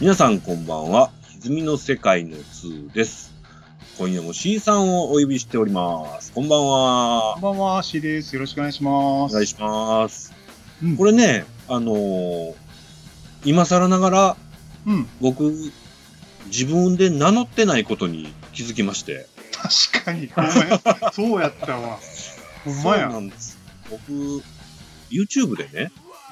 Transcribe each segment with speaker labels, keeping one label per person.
Speaker 1: 皆さんこんばんは。泉の世界の2です。今夜も C さんをお呼びしております。こんばん
Speaker 2: こ
Speaker 1: は。
Speaker 2: んばんは、C です。よろしくお願いし
Speaker 1: お
Speaker 2: ます。
Speaker 1: 願いします。
Speaker 2: うん
Speaker 1: これね、あのー今更ながら
Speaker 2: うん、
Speaker 1: 僕、自分で名乗ってないことに気づきまして。
Speaker 2: 確かに、ほんまや。そうやったわ。ほんまや。
Speaker 1: そうな
Speaker 2: う
Speaker 1: んです。僕、YouTube でね、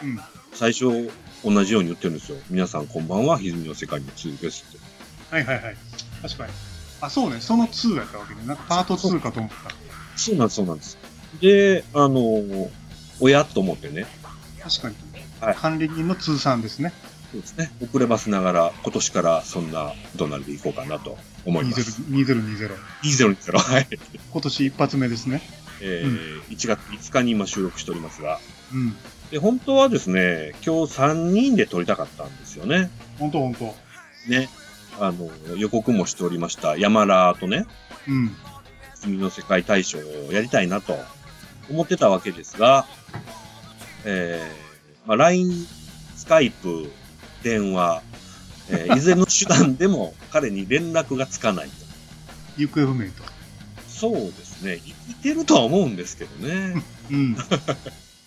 Speaker 2: ん、
Speaker 1: 最初同じように言ってるんですよ。皆さんこんばんは。泉の世界の2ですって。
Speaker 2: はいはいはい。確かに。あ、そうね、その2やったわけね。なんかパート2かと思っ
Speaker 1: そうなんです、そうなんです。で、あのー親と思ってね、
Speaker 2: た。確かに。
Speaker 1: はい
Speaker 2: 管理人の2さんですね。
Speaker 1: そうですね。遅ればせながら、今年からそんなドナルでいこうかなと思います。
Speaker 2: 2020。
Speaker 1: 2020。はい。
Speaker 2: 今年一発目ですね。
Speaker 1: えー1月5日に今収録しておりますが。
Speaker 2: うん。
Speaker 1: で、本当はですね、今日3人で撮りたかったんですよね。
Speaker 2: ほんとほんと。
Speaker 1: ね。あの、予告もしておりました、山ラとね、
Speaker 2: うん。
Speaker 1: 君の世界大賞をやりたいなと思ってたわけですが、えー、まあ、LINE、スカイプ、電話、えー、いずれの手段でも彼に連絡がつかないと。
Speaker 2: 行方不明と。
Speaker 1: そうですね。生きてるとは思うんですけどね。
Speaker 2: うん。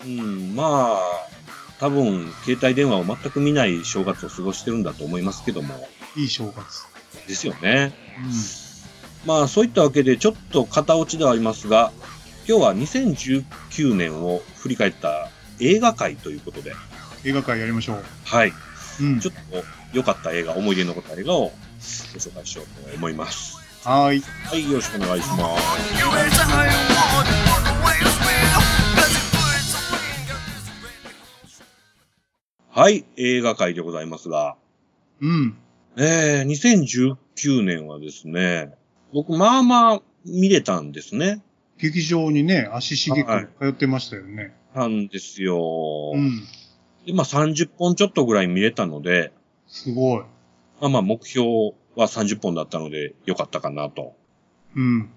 Speaker 1: うん、まあ、多分、携帯電話を全く見ない正月を過ごしてるんだと思いますけども。
Speaker 2: いい正月。
Speaker 1: ですよね。まあ、そういったわけで、ちょっと片落ちではありますが、今日は2019年を振り返った映画会ということで、
Speaker 2: うん。映画会やりましょう。
Speaker 1: はい。
Speaker 2: うん
Speaker 1: ち。ょっと良かった映画、思い出に残った映画をご紹介しようと思います。
Speaker 2: はーい。
Speaker 1: はい、よろしくお願いします。はい、映画会でございますが、
Speaker 2: うん。
Speaker 1: えー、2019年はですね、僕、まあまあ見れたんですね。
Speaker 2: 劇場にね、足しげく
Speaker 1: はい
Speaker 2: 通ってましたよね。
Speaker 1: なんですよ。
Speaker 2: うん。
Speaker 1: で、まあ30本ちょっとぐらい見れたので、
Speaker 2: すごい。
Speaker 1: まあまあ目標は30本だったので良かったかなと。
Speaker 2: うん。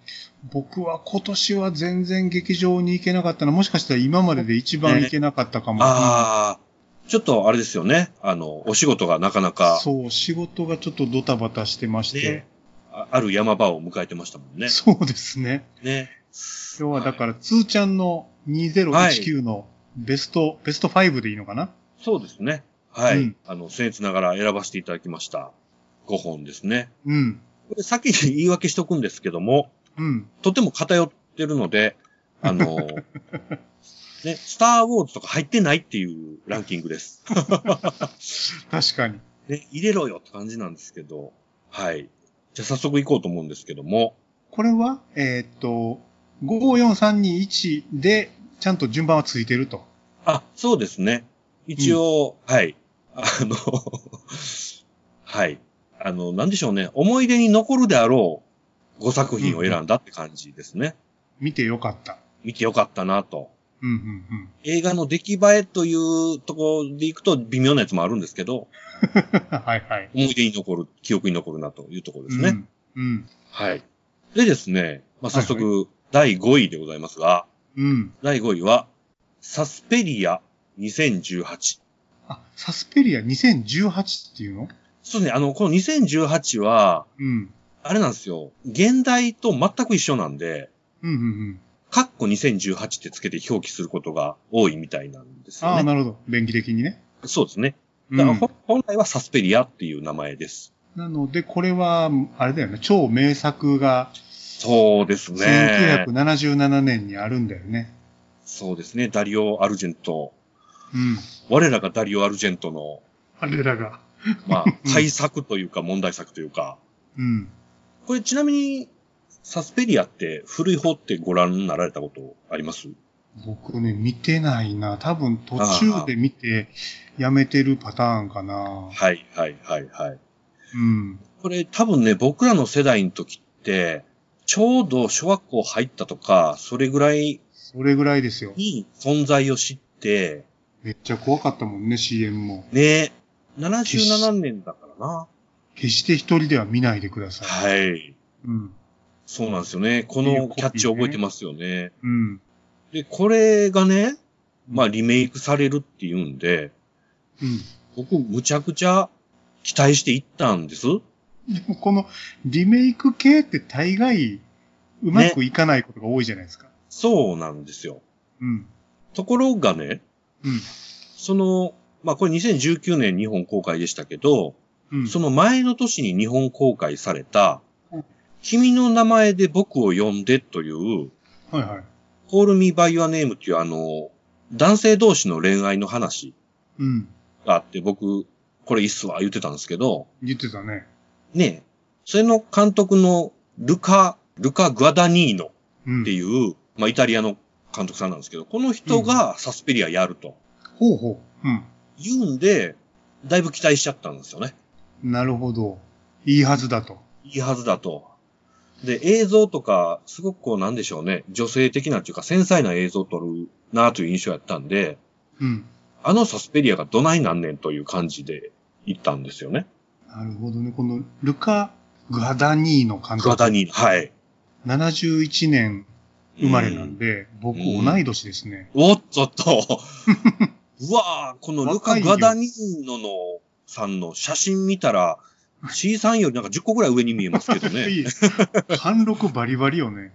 Speaker 2: 僕は今年は全然劇場に行けなかったな。もしかしたら今までで一番行けなかったかも。
Speaker 1: ああ、ちょっとあれですよね。あの、お仕事がなかなか、
Speaker 2: そう、仕事がちょっとドタバタしてまして
Speaker 1: ね。あある山場を迎えてましたもんね。
Speaker 2: そうですね。
Speaker 1: ね。
Speaker 2: 今日はだから、つーちゃんの2019のベスト、ベスト5でいいのかな
Speaker 1: そうですね。はい。
Speaker 2: うん
Speaker 1: あの、僭越ながら選ばせていただきました。5本ですね。
Speaker 2: うん。
Speaker 1: これ先に言い訳しとくんですけども、
Speaker 2: うん。
Speaker 1: とても偏ってるので、あの、ね、スターウォーズとか入ってないっていうランキングです。
Speaker 2: 確かに。
Speaker 1: ね、入れろよって感じなんですけど、はい。じゃあ早速行こうと思うんですけども、
Speaker 2: これは、えーっと、54321で、ちゃんと順番はついてると。
Speaker 1: あ、そうですね。一応、はい。あの、はい。あの、なんでしょうね。思い出に残るであろう5作品を選んだって感じですね。
Speaker 2: 見てよかった。
Speaker 1: 見てよかったなと。
Speaker 2: うんうんうん。
Speaker 1: 映画の出来栄えというところで行くと微妙なやつもあるんですけど、
Speaker 2: はいはい。
Speaker 1: 思い出に残る、記憶に残るなというところですね。
Speaker 2: うん。うん。
Speaker 1: はい。でですね、まあ、早速、第5位でございますが、
Speaker 2: うん。
Speaker 1: 第5位は、サスペリア2018。
Speaker 2: あ、サスペリア2018っていうの
Speaker 1: そうですね、あの、この2018は、
Speaker 2: うん。
Speaker 1: あれなんですよ、現代と全く一緒なんで、
Speaker 2: うんうんうん。
Speaker 1: カッコ2018ってつけて表記することが多いみたいなんです
Speaker 2: あ
Speaker 1: よ
Speaker 2: あ、
Speaker 1: ね。
Speaker 2: なるほど。便宜的にね。
Speaker 1: そうですね。
Speaker 2: うん
Speaker 1: だからほ本来はサスペリアっていう名前です。
Speaker 2: なので、これは、あれだよね。超名作が、
Speaker 1: そうですね。
Speaker 2: 1977年にあるんだよね。
Speaker 1: そうですね。ダリオ・アルジェント。
Speaker 2: うん。
Speaker 1: 我らがダリオ・アルジェントの、
Speaker 2: あれらが。
Speaker 1: まあ、対策というか問題作というか。
Speaker 2: うん。
Speaker 1: これちなみに、サスペリアって古い方ってご覧になられたことあります
Speaker 2: 僕ね、見てないな。多分途中で見て、やめてるパターンかな。
Speaker 1: はいはいはいはい。
Speaker 2: うん。
Speaker 1: これ多分ね、僕らの世代の時って、ちょうど小学校入ったとか、それぐらい
Speaker 2: それぐらいですよ。
Speaker 1: に存在を知って、
Speaker 2: めっちゃ怖かったもんね、CM も。
Speaker 1: ね、77年だからな。
Speaker 2: 決して一人では見ないでください。
Speaker 1: はい。
Speaker 2: うん。
Speaker 1: そうなんですよね。こ
Speaker 2: いいコ
Speaker 1: の
Speaker 2: ピー
Speaker 1: キャッチ覚えてますよね。
Speaker 2: うん。
Speaker 1: で、これがね、まあリメイクされるっていうんで、
Speaker 2: うん。
Speaker 1: 僕むちゃくちゃ期待して行ったんです。
Speaker 2: でもこのリメイク系って大概うまくいかないことが多いじゃないですか。
Speaker 1: そうなんですよ。
Speaker 2: うん。
Speaker 1: ところがね、
Speaker 2: うん。
Speaker 1: その、まあこれ2019年日本公開でしたけど、
Speaker 2: うん。
Speaker 1: その前の年に日本公開された
Speaker 2: うん、
Speaker 1: 君の名前で僕を呼んでという、
Speaker 2: はいはい。
Speaker 1: Call Me By Your Name っていうあの、男性同士の恋愛の話
Speaker 2: うん。
Speaker 1: があって、僕、これいいっすわ、言ってたんですけど、
Speaker 2: 言ってたね。
Speaker 1: ねえ、それの監督のルカ、ルカ・グアダニーノ
Speaker 2: うん。
Speaker 1: っていう、まあイタリアの監督さんなんですけど、この人がサスペリアやると
Speaker 2: ほうほう。うん。
Speaker 1: 言うんで、だいぶ期待しちゃったんですよね。
Speaker 2: なるほど。いいはずだと。
Speaker 1: いいはずだと。で、映像とか、すごくこうなんでしょうね、女性的なっていうか繊細な映像を撮るなという印象やったんで、
Speaker 2: うん。
Speaker 1: あのサスペリアがどないなんねんという感じで行ったんですよね。
Speaker 2: なるほどね。このルカ・グアダニーの監
Speaker 1: グアダ
Speaker 2: 督。
Speaker 1: ニーノ。はい。
Speaker 2: 71年生まれなん
Speaker 1: で。
Speaker 2: で、僕
Speaker 1: うん
Speaker 2: 同い年ですね。
Speaker 1: おっとっ と。うわぁ、このル
Speaker 2: 若
Speaker 1: カ・
Speaker 2: い
Speaker 1: グ
Speaker 2: よ
Speaker 1: アダニーノのさんの写真見た ら、C さんよりなんか10個ぐらい上に見えますけどね。
Speaker 2: いい。貫禄バリバリよね。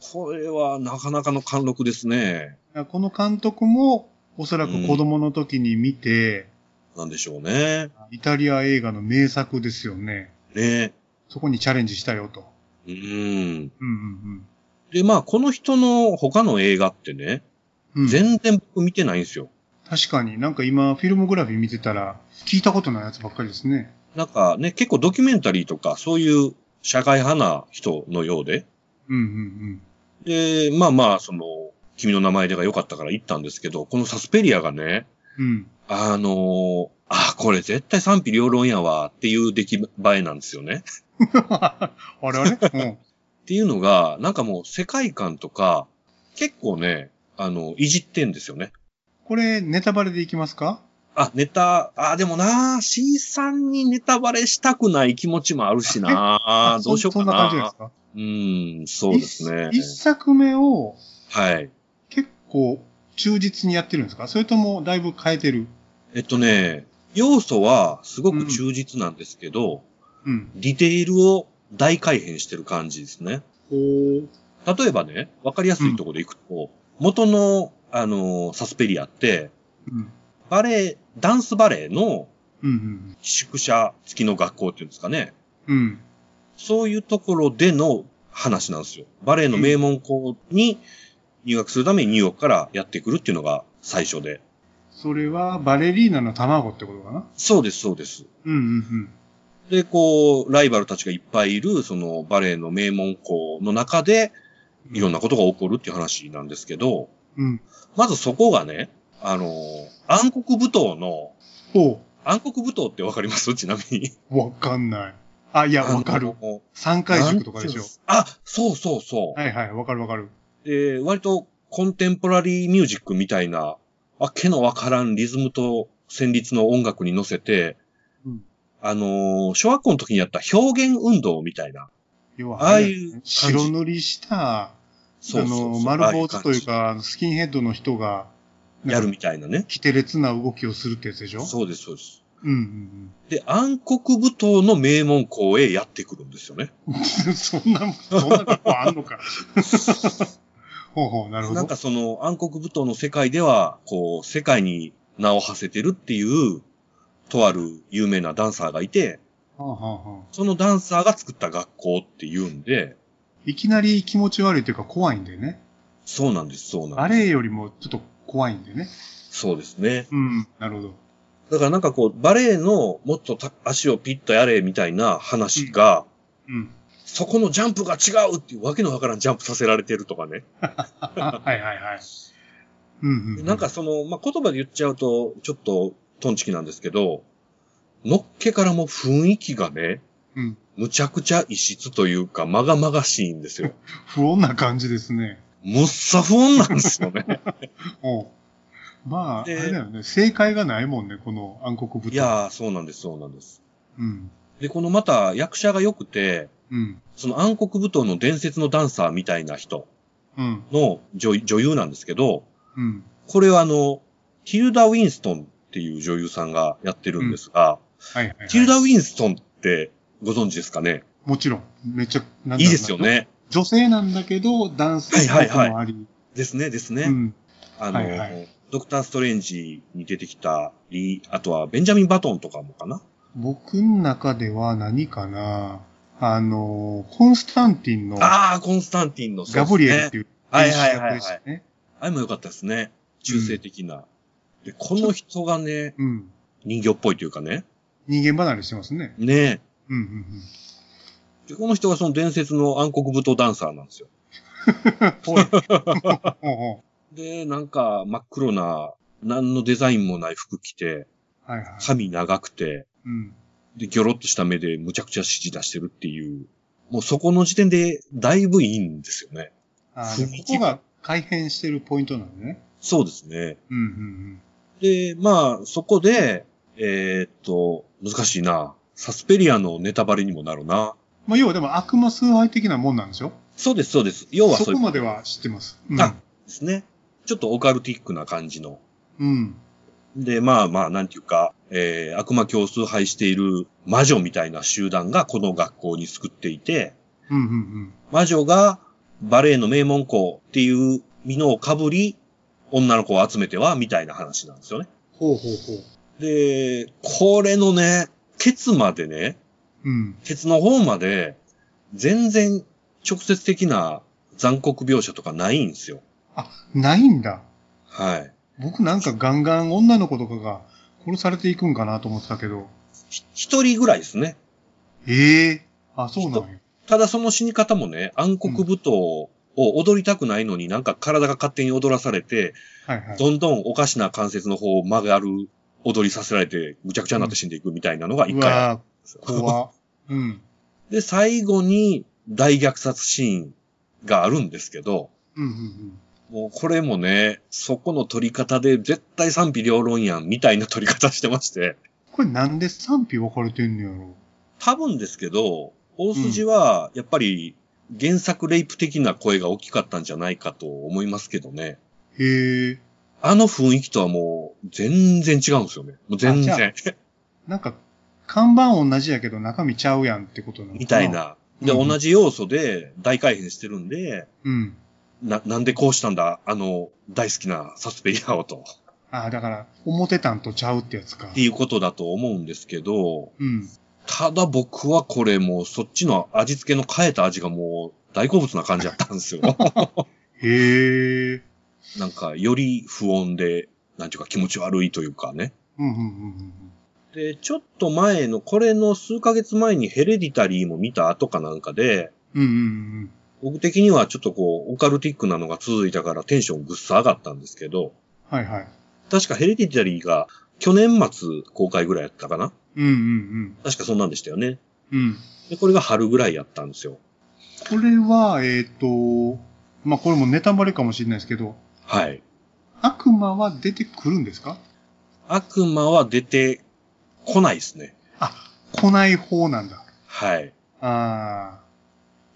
Speaker 1: これはなかなかの貫禄ですね。
Speaker 2: この監督も、おそらく子供の時に見て、
Speaker 1: なんでしょうね。
Speaker 2: イタリア映画の名作ですよね。
Speaker 1: ね。
Speaker 2: そこにチャレンジしたよと。
Speaker 1: うん。
Speaker 2: うんうん
Speaker 1: で、まあ、この人の他の映画ってね、
Speaker 2: うん。うん、
Speaker 1: 全然僕見てないんですよ。
Speaker 2: 確かになんか今、フィルムグラフィー見てたら、聞いたことないやつばっかりですね。
Speaker 1: なんかね、結構ドキュメンタリーとか、そういう社会派な人のようで。
Speaker 2: うんうん
Speaker 1: で、まあまあ、その、君の名前でが良かったから行ったんですけど、このサスペリアがね、
Speaker 2: うん。うん。
Speaker 1: あのーあ、これ絶対賛否両論やわっていう出来栄えなんですよね。
Speaker 2: あれ あれうん。
Speaker 1: っていうのが、なんかもう世界観とか、結構ね、あの、いじってんですよね。
Speaker 2: これ、ネタバレでいきますか
Speaker 1: あ、ネタ、あ、でもな、C さんにネタバレしたくない気持ちもあるしな、
Speaker 2: そ
Speaker 1: どうしようか
Speaker 2: そんな感じで
Speaker 1: な
Speaker 2: す。か
Speaker 1: うん、そうですね。
Speaker 2: 一一作目を
Speaker 1: はい。
Speaker 2: 結構忠実にやってるんですかそれともだいぶ変えてる
Speaker 1: えっとね、要素はすごく忠実なんですけど、
Speaker 2: うん。
Speaker 1: ディテールを大改変してる感じですね。
Speaker 2: おー。
Speaker 1: 例えばね、わかりやすいところでいくと、元の、あの、サスペリアって、
Speaker 2: うん。
Speaker 1: バレエ、ダンスバレエの
Speaker 2: うん
Speaker 1: 宿舎付きの学校っていうんですかね。
Speaker 2: うん。うん。
Speaker 1: そういうところでの話なんですよ。バレエの名門校に入学するためにニューヨークからやってくるっていうのが最初で。
Speaker 2: それはバレリーナの卵ってことかな
Speaker 1: そうです、そうです。
Speaker 2: うんうん
Speaker 1: で、こう、ライバルたちがいっぱいいる、そのバレエの名門校の中で、
Speaker 2: うん。
Speaker 1: いろんなことが起こるっていう話なんですけど、
Speaker 2: うん。
Speaker 1: まずそこがね、あの、暗黒舞踏の、
Speaker 2: ほ
Speaker 1: 暗黒舞踏ってわかります ちなみに。
Speaker 2: う。わかんない。あ、いや、わかる。
Speaker 1: あの。
Speaker 2: 三回塾とかでし
Speaker 1: なんていうん
Speaker 2: ょ
Speaker 1: で。すあ、そうそうそう。
Speaker 2: はいはい、わかるわかる。
Speaker 1: で、割とコンテンポラリーミュージックみたいな、わけのわからんリズムと旋律の音楽に乗せて、
Speaker 2: うん
Speaker 1: あのー小学校の時にやった表現運動みたいな、
Speaker 2: 要は、
Speaker 1: ああいう感じ
Speaker 2: 白塗りした、あ
Speaker 1: そうそう
Speaker 2: の、
Speaker 1: そう
Speaker 2: 丸
Speaker 1: あ
Speaker 2: 坊
Speaker 1: あ
Speaker 2: 主
Speaker 1: 感
Speaker 2: とい
Speaker 1: じ
Speaker 2: うか、スキンヘッドの人が、
Speaker 1: やるみたいなね。
Speaker 2: キテレツな動きをするってやつでしょ
Speaker 1: そうです、そうです。
Speaker 2: う。うん
Speaker 1: で、暗黒舞踏の名門校へやってくるんですよね。
Speaker 2: うんうん。 そんな、そんなとこあんのか。 ほうほう、なるほど。
Speaker 1: なんかその暗黒舞踏の世界では、こう、世界に名を馳せてるっていう、とある有名なダンサーがいて、
Speaker 2: はあはあはあ
Speaker 1: そのダンサーが作った学校っていうんで、
Speaker 2: いきなり気持ち悪いというか怖いんでね。
Speaker 1: そうなんです、そうなんです。
Speaker 2: バレエよりもちょっと怖いんでね。
Speaker 1: そうですね。
Speaker 2: うん。なるほど。
Speaker 1: だからなんかこう、バレエのもっとた足をピッとやれみたいな話が、
Speaker 2: うん。
Speaker 1: そこのジャンプが違うっていうわけのわからんジャンプさせられてるとかね。
Speaker 2: はいはいはい。うんうん。
Speaker 1: なんか、その、まあ、言葉で言っちゃうと、ちょっとトンチキなんですけど、のっけからも雰囲気がね、
Speaker 2: うん。
Speaker 1: むちゃくちゃ異質というか、まがまがしいんですよ。
Speaker 2: 不穏な感じですね。
Speaker 1: むっさ不穏なんですよね。
Speaker 2: おうまあ、あ
Speaker 1: で
Speaker 2: れだよね。正解がないもんね、この暗黒舞台。
Speaker 1: いやー、そうなんです、そうなんです。
Speaker 2: うん。
Speaker 1: で、このまた役者が良くて、
Speaker 2: うん。
Speaker 1: その暗黒舞踏の伝説のダンサーみたいな人、
Speaker 2: うん。
Speaker 1: の女女優なんですけど、
Speaker 2: うん。
Speaker 1: これはあの、ティルダ・ウィンストンっていう女優さんがやってるんですが、
Speaker 2: はいはい、はい。
Speaker 1: ティルダ・ウィンストンってご存知ですかね
Speaker 2: もちろん。めっちゃ、なんだろうない
Speaker 1: いですよ。ね。
Speaker 2: 女性なんだけど、男性とかもあり。
Speaker 1: ですね、ですね。
Speaker 2: うん。
Speaker 1: あの、
Speaker 2: はいはい
Speaker 1: ドクター・ストレンジに出てきたり、あとはベンジャミン・バトンとかもかな
Speaker 2: 僕の中では何かなあの、コンスタンティンのガ
Speaker 1: ああ、コンスタンティンの、そうですね
Speaker 2: ブリエルっていう
Speaker 1: はいはいはいはい
Speaker 2: 演出役でしたね。
Speaker 1: あれも良かったですね。中性的な。で、この人がね、
Speaker 2: うん。
Speaker 1: 人形っぽいというかね。
Speaker 2: 人間離れしてますね。
Speaker 1: ね
Speaker 2: うんうんうん。
Speaker 1: え。で、この人がその伝説の暗黒舞踏ダンサーなんですよ。
Speaker 2: ぽ い。ほうほ
Speaker 1: で、なんか真っ黒な、何のデザインもない服着て、
Speaker 2: うはいはい。
Speaker 1: 髪長くて、
Speaker 2: うん。
Speaker 1: で、ギョロッとした目でむちゃくちゃ指示出してるっていう。もうそこの時点でだいぶいいんですよね。
Speaker 2: あでここが改変してるポイントなのね。
Speaker 1: そうですね。
Speaker 2: うんうん
Speaker 1: で、まあ、そこで、えーっと、難しいな。サスペリアのネタバレにもなるな。
Speaker 2: うん。まあ、要はでも悪魔崇拝的なもんなんでしょ
Speaker 1: そうです、そうです。要は
Speaker 2: そ
Speaker 1: そうい
Speaker 2: こ
Speaker 1: う
Speaker 2: までは知ってます。うん。
Speaker 1: あですね。ちょっとオカルティックな感じの。
Speaker 2: うん。
Speaker 1: で、まあまあ、なんていうか、えー、悪魔教崇拝している魔女みたいな集団がこの学校に救っていて、
Speaker 2: うんうんうん。
Speaker 1: 魔女がバレエの名門校っていう美濃をかぶり、女の子を集めては、みたいな話なんですよね。
Speaker 2: ほうほうほう。
Speaker 1: で、これのね、ケツまでね、
Speaker 2: うん。
Speaker 1: ケツの方まで、全然直接的な残酷描写とかないんですよ。
Speaker 2: あ、ないんだ。
Speaker 1: はい。
Speaker 2: 僕なんかガンガン女の子とかが殺されていくんかなと思ってたけど。
Speaker 1: ひ一人ぐらいですね。
Speaker 2: ええあ、そうなんや。
Speaker 1: ただその死に方もね、暗黒舞踏を踊りたくないのになんか体が勝手に踊らされて、
Speaker 2: はいはい。
Speaker 1: どんどんおかしな関節の方を曲がる、踊りさせられて、ぐちゃぐちゃになって死んでいくみたいなのが一
Speaker 2: う
Speaker 1: 回ある
Speaker 2: わぁ、怖っ。うん。
Speaker 1: で、最後に大虐殺シーンがあるんですけど、
Speaker 2: うんうん
Speaker 1: もうこれもね、そこの撮り方で絶対賛否両論やんみたいな撮り方してまして、
Speaker 2: これなんで賛否分かれてんのやろ
Speaker 1: 多分ですけど、大筋はやっぱり原作レイプ的な声が大きかったんじゃないかと思いますけどね。
Speaker 2: へえ。
Speaker 1: あの雰囲気とはもう全然違うんですよね。もう全
Speaker 2: あじゃ
Speaker 1: 然。
Speaker 2: なんか、看板同じやけど中身ちゃうやんってことなのか
Speaker 1: みたい。な。で、
Speaker 2: うん
Speaker 1: 同じ要素で大改変してるんで、
Speaker 2: うん。
Speaker 1: な、なんでこうしたんだあの、大好きなサスペリアを と。
Speaker 2: ああ、だから、表たんとちゃうってやつか。
Speaker 1: っていうことだと思うんですけど、
Speaker 2: うん。
Speaker 1: ただ僕はこれもうそっちの味付けの変えた味がもう大好物な感じだったんですよ。
Speaker 2: へえ。
Speaker 1: なんかより不穏で、なんていうか気持ち悪いというかね。
Speaker 2: うんうんうんうん。
Speaker 1: で、ちょっと前の、これの数ヶ月前にヘレディタリーも見た後かなんかで、
Speaker 2: うんうんうん。
Speaker 1: 僕的にはちょっとこう、オカルティックなのが続いたからテンションぐっさ上がったんですけど、
Speaker 2: はいはい。
Speaker 1: 確かヘレディタリーが去年末公開ぐらいやったかな
Speaker 2: うんうん
Speaker 1: 確かそんなんでしたよね。
Speaker 2: うん。うん。
Speaker 1: で、これが春ぐらいやったんですよ。
Speaker 2: これは、えっ、と、まあ、これもネタバレかもしれないですけど、
Speaker 1: はい。
Speaker 2: 悪魔は出てくるんですか
Speaker 1: 悪魔は出てこないですね。
Speaker 2: 来ない方なんだ。
Speaker 1: はい。
Speaker 2: ああ、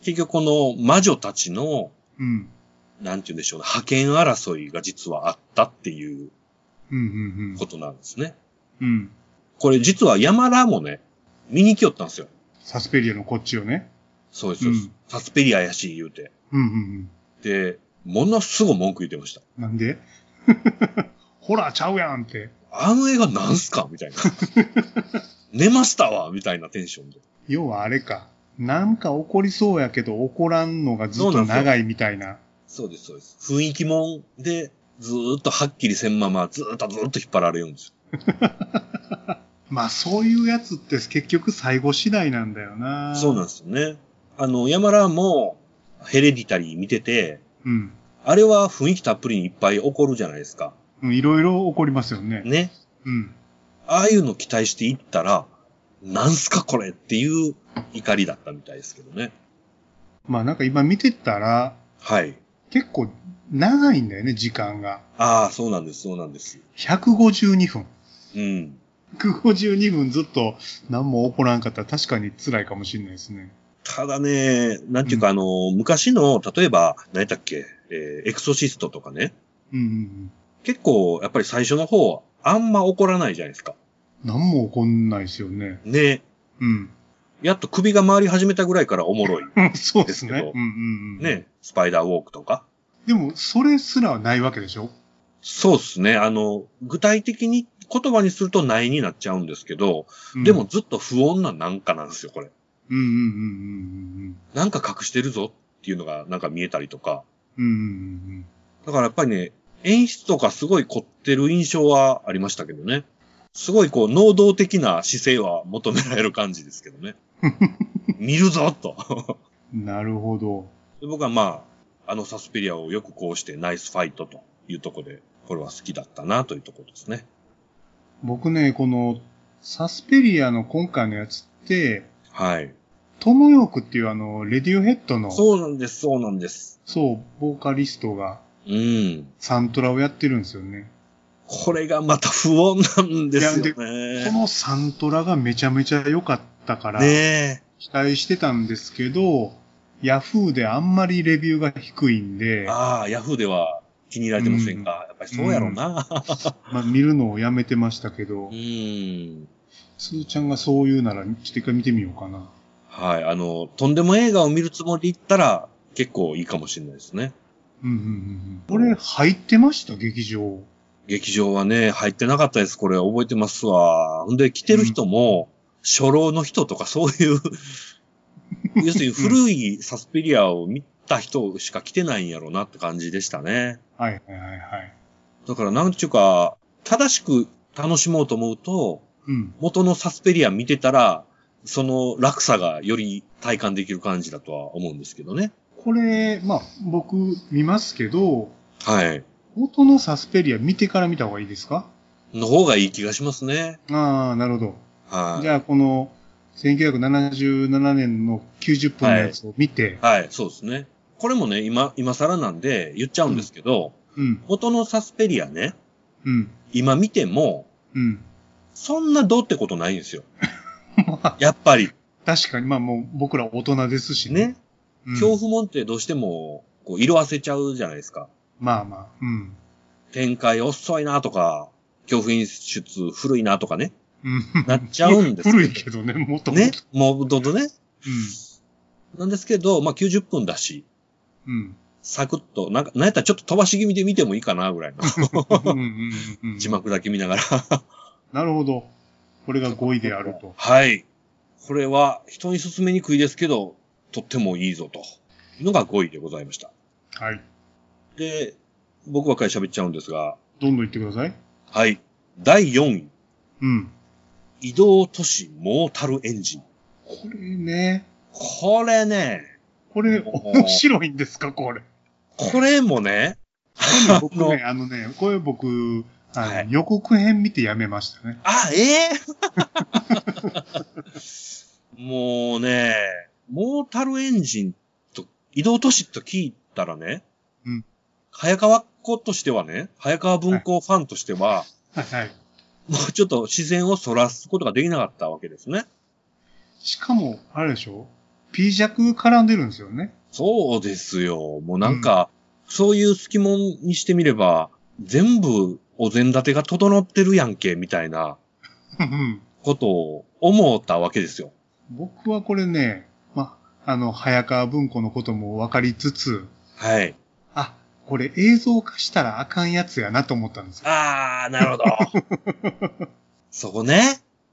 Speaker 1: 結局この魔女たちの、
Speaker 2: うん。
Speaker 1: なんて言うんでしょうね、派遣争いが実はあったっていう
Speaker 2: うんうん
Speaker 1: ことなんですね。
Speaker 2: うん。うん。
Speaker 1: これ実は山田もね、見に来よったんですよ。
Speaker 2: サスペリアのこっちをね。
Speaker 1: そうです、そうです
Speaker 2: うん
Speaker 1: サスペリアやし言うて。
Speaker 2: うんうん
Speaker 1: で、ものすごい文句言ってました。
Speaker 2: うん。なんで ホラーちゃうやんって。
Speaker 1: あの映画なんすかみ たいな。寝ましたわみたいなテンションで。
Speaker 2: 要はあれか。なんか起こりそうやけど起こらんのがずっ
Speaker 1: そうな
Speaker 2: と
Speaker 1: んですよ
Speaker 2: 長いみたいな。
Speaker 1: そうです、そうです。雰囲気もんで、ずーっとはっきりせんまま、ずーっとずーっと引っ張られるんですよ。
Speaker 2: まあそういうやつって結局最後次第なんだよな。
Speaker 1: そうなんですよね。あの、山田もヘレディタリー見てて、
Speaker 2: うん。
Speaker 1: あれは雰囲気たっぷりにいっぱい起こるじゃないですか。
Speaker 2: うん。いろいろ起こりますよね。
Speaker 1: ね。
Speaker 2: うん。
Speaker 1: ああいうの期待していったら、なんすかこれっていう怒りだったみたいですけどね。
Speaker 2: まあなんか今見てたら、
Speaker 1: はい。
Speaker 2: 結構長いんだよね、時間が。
Speaker 1: ああ、そうなんです、そうなんです。
Speaker 2: 152分。
Speaker 1: うん。
Speaker 2: 152分ずっと何も起こらんかったら確かに辛いかもしれないですね。
Speaker 1: ただね、なんていうか、あの、昔の、例えば、何やったっけ、えーエクソシストとかね、
Speaker 2: うん
Speaker 1: 結構、やっぱり最初の方、あんま怒らないじゃないですか。
Speaker 2: うんうん。何も起こんないですよね。
Speaker 1: ね、
Speaker 2: うん。
Speaker 1: やっと首が回り始めたぐらいからおもろい。
Speaker 2: そうで
Speaker 1: です
Speaker 2: す
Speaker 1: け
Speaker 2: ね
Speaker 1: ど。
Speaker 2: うんうんうん。
Speaker 1: ね、スパイダーウォークとか。
Speaker 2: でも、それすらないわけでしょ
Speaker 1: そうですね。あの、具体的に言葉にするとないになっちゃうんですけど、でも、ずっと不穏ななんかなんですよ、これ。
Speaker 2: うんうんうん
Speaker 1: なんか隠してるぞっていうのがなんか見えたりとか。
Speaker 2: うんうんうん。うんうん
Speaker 1: だからやっぱりね、演出とかすごい凝ってる印象はありましたけどね。すごいこう、能動的な姿勢は求められる感じですけどね。 見るぞと。
Speaker 2: うんうん。なるほど。
Speaker 1: で僕はまあ、あのサスペリアをよくこうしてナイスファイトというところで、これは好きだったなというところですね。
Speaker 2: 僕ね、この、サスペリアの今回のやつって、
Speaker 1: はい。
Speaker 2: トムヨークっていうあの、レディオヘッドの、
Speaker 1: そうなんです、そうなんです。
Speaker 2: そう、ボーカリストが
Speaker 1: うん。
Speaker 2: サントラをやってるんですよね。
Speaker 1: これがまた不穏なんですよ
Speaker 2: こ
Speaker 1: ね。
Speaker 2: のサントラがめちゃめちゃ良かったから、
Speaker 1: ねえ。
Speaker 2: 期待してたんですけど、ヤフーであんまりレビューが低いんで、
Speaker 1: ああ、ヤフーでは気に入られてませんか、やっぱりそうやろうな。
Speaker 2: まあ、見るのをやめてましたけ
Speaker 1: う、
Speaker 2: ど
Speaker 1: ん。
Speaker 2: すーちゃんがそう言うなら、ちょっと一回見てみようかな。
Speaker 1: はい。あの、とんでも映画を見るつもりで行ったら、結構いいかもしれないですね。
Speaker 2: うんうんうんうん。これ入ってました、劇場。
Speaker 1: 劇場はね、入ってなかったです。これ覚えてますわ。ほんで、来てる人も、初老の人とかそう いう、要するに古いサスペリアを見た人しか来てないんやろうなって感じでしたね。
Speaker 2: はいはいはいはい。
Speaker 1: だから、なんちゅうか、正しく楽しもうと思うと、
Speaker 2: うん。
Speaker 1: 元のサスペリア見てたら、その落差がより体感できる感じだとは思うんですけどね。
Speaker 2: これ、まあ、僕見ますけど、
Speaker 1: はい。
Speaker 2: 元のサスペリア見てから見た方がいいですか
Speaker 1: の方がいい気がしますね。
Speaker 2: ああ、なるほど。
Speaker 1: はい。
Speaker 2: じゃあ、この、1977年の90分のやつを見て、
Speaker 1: はい、そうですね。これもね、今、今更なんで言っちゃうんですけど、
Speaker 2: うん、
Speaker 1: 元のサスペリアね、
Speaker 2: うん、
Speaker 1: 今見ても、
Speaker 2: うん。
Speaker 1: そんなどうってことないんですよ。
Speaker 2: まあ、
Speaker 1: やっぱり。
Speaker 2: 確かに、まあもう僕ら大人ですしね。
Speaker 1: ね。
Speaker 2: うん
Speaker 1: 恐怖もんってどうしても、こう、色あせちゃうじゃないですか。
Speaker 2: まあまあ、うん。
Speaker 1: 展開遅いなとか、恐怖演出古いなとかね、
Speaker 2: うん
Speaker 1: なっちゃうんです
Speaker 2: 古いけどね、もともと。
Speaker 1: ね。もう、どんどんね。なんですけど、まあ、90分だし、
Speaker 2: うん。うん。
Speaker 1: サクッと、なんか、なんやったらちょっと飛ばし気味で見てもいいかな、ぐらいの。
Speaker 2: うんうんうんうん
Speaker 1: 字幕だけ見ながら。
Speaker 2: なるほど。これが5位であると。
Speaker 1: はい。これは人に勧めにくいですけど、とってもいいぞというのが5位でございました。
Speaker 2: はい。
Speaker 1: で、僕ばっかり喋っちゃうんですが、
Speaker 2: どんどん言ってください。
Speaker 1: はい。第4位、
Speaker 2: うん。
Speaker 1: 移動都市モータルエンジン。
Speaker 2: これね。
Speaker 1: これね、
Speaker 2: これ、
Speaker 1: おー
Speaker 2: 面白いんですか、これ。
Speaker 1: これもね、
Speaker 2: これ僕
Speaker 1: あの
Speaker 2: ね、あのね、これ僕、あの
Speaker 1: はい
Speaker 2: 予告編見てやめましたね。
Speaker 1: あ、ええもうね、モータルエンジンと移動都市と聞いたらね、
Speaker 2: うん
Speaker 1: 早川っ子としてはね、早川文庫ファンとしては、
Speaker 2: はいはい。
Speaker 1: もうちょっと視線をそらすことができなかったわけですね。
Speaker 2: しかも、あれでしょ ?P 弱絡んでるんですよね。
Speaker 1: そうですよ。もうなんか、そういう隙間にしてみれば、全部お膳立てが整ってるやんけ、みたいな
Speaker 2: うん
Speaker 1: ことを思ったわけですよ。
Speaker 2: 僕はこれね、ま、あの、早川文庫のことも分かりつつ、
Speaker 1: はい。
Speaker 2: あ、これ映像化したらあかんやつやなと思ったんですよ。
Speaker 1: あー、なるほど。そこね。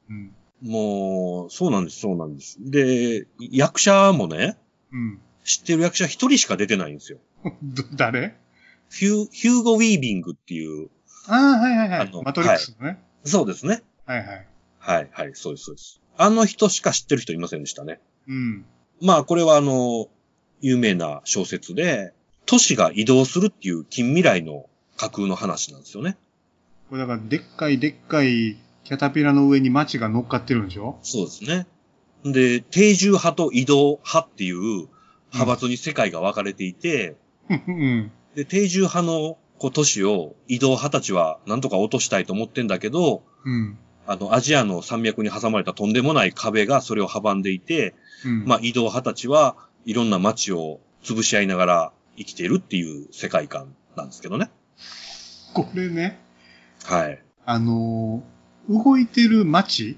Speaker 2: うん。
Speaker 1: もう、そうなんです、そうなんです。で、役者もね、
Speaker 2: うん。
Speaker 1: 知ってる役者一人しか出てないんですよ。
Speaker 2: ど誰
Speaker 1: ヒューヒューゴ・ウィービングっていう、
Speaker 2: ああ、はいはいは
Speaker 1: あの
Speaker 2: い。マトリックスのね。
Speaker 1: そうですね。
Speaker 2: はい、はい。
Speaker 1: はい、はい、そうです、そうです。あの人しか知ってる人いませんでしたね。
Speaker 2: うん。
Speaker 1: まあ、これはあの、有名な小説で、都市が移動するっていう近未来の架空の話なんですよね。
Speaker 2: これだから、でっかいでっかいキャタピラの上に街が乗っかってるんでしょ
Speaker 1: そうですね。で、定住派と移動派っていう派閥に世界が分かれていて、
Speaker 2: うん。
Speaker 1: で、定住派のこう都市を移動派たちはなんとか落としたいと思ってんだけど、
Speaker 2: うん。
Speaker 1: あの、アジアの山脈に挟まれたとんでもない壁がそれを阻んでいて、
Speaker 2: うん。
Speaker 1: まあ、移動派たちはいろんな街を潰し合いながら生きているっていう世界観なんですけどね。
Speaker 2: これね、
Speaker 1: はい。
Speaker 2: あのー動いてる街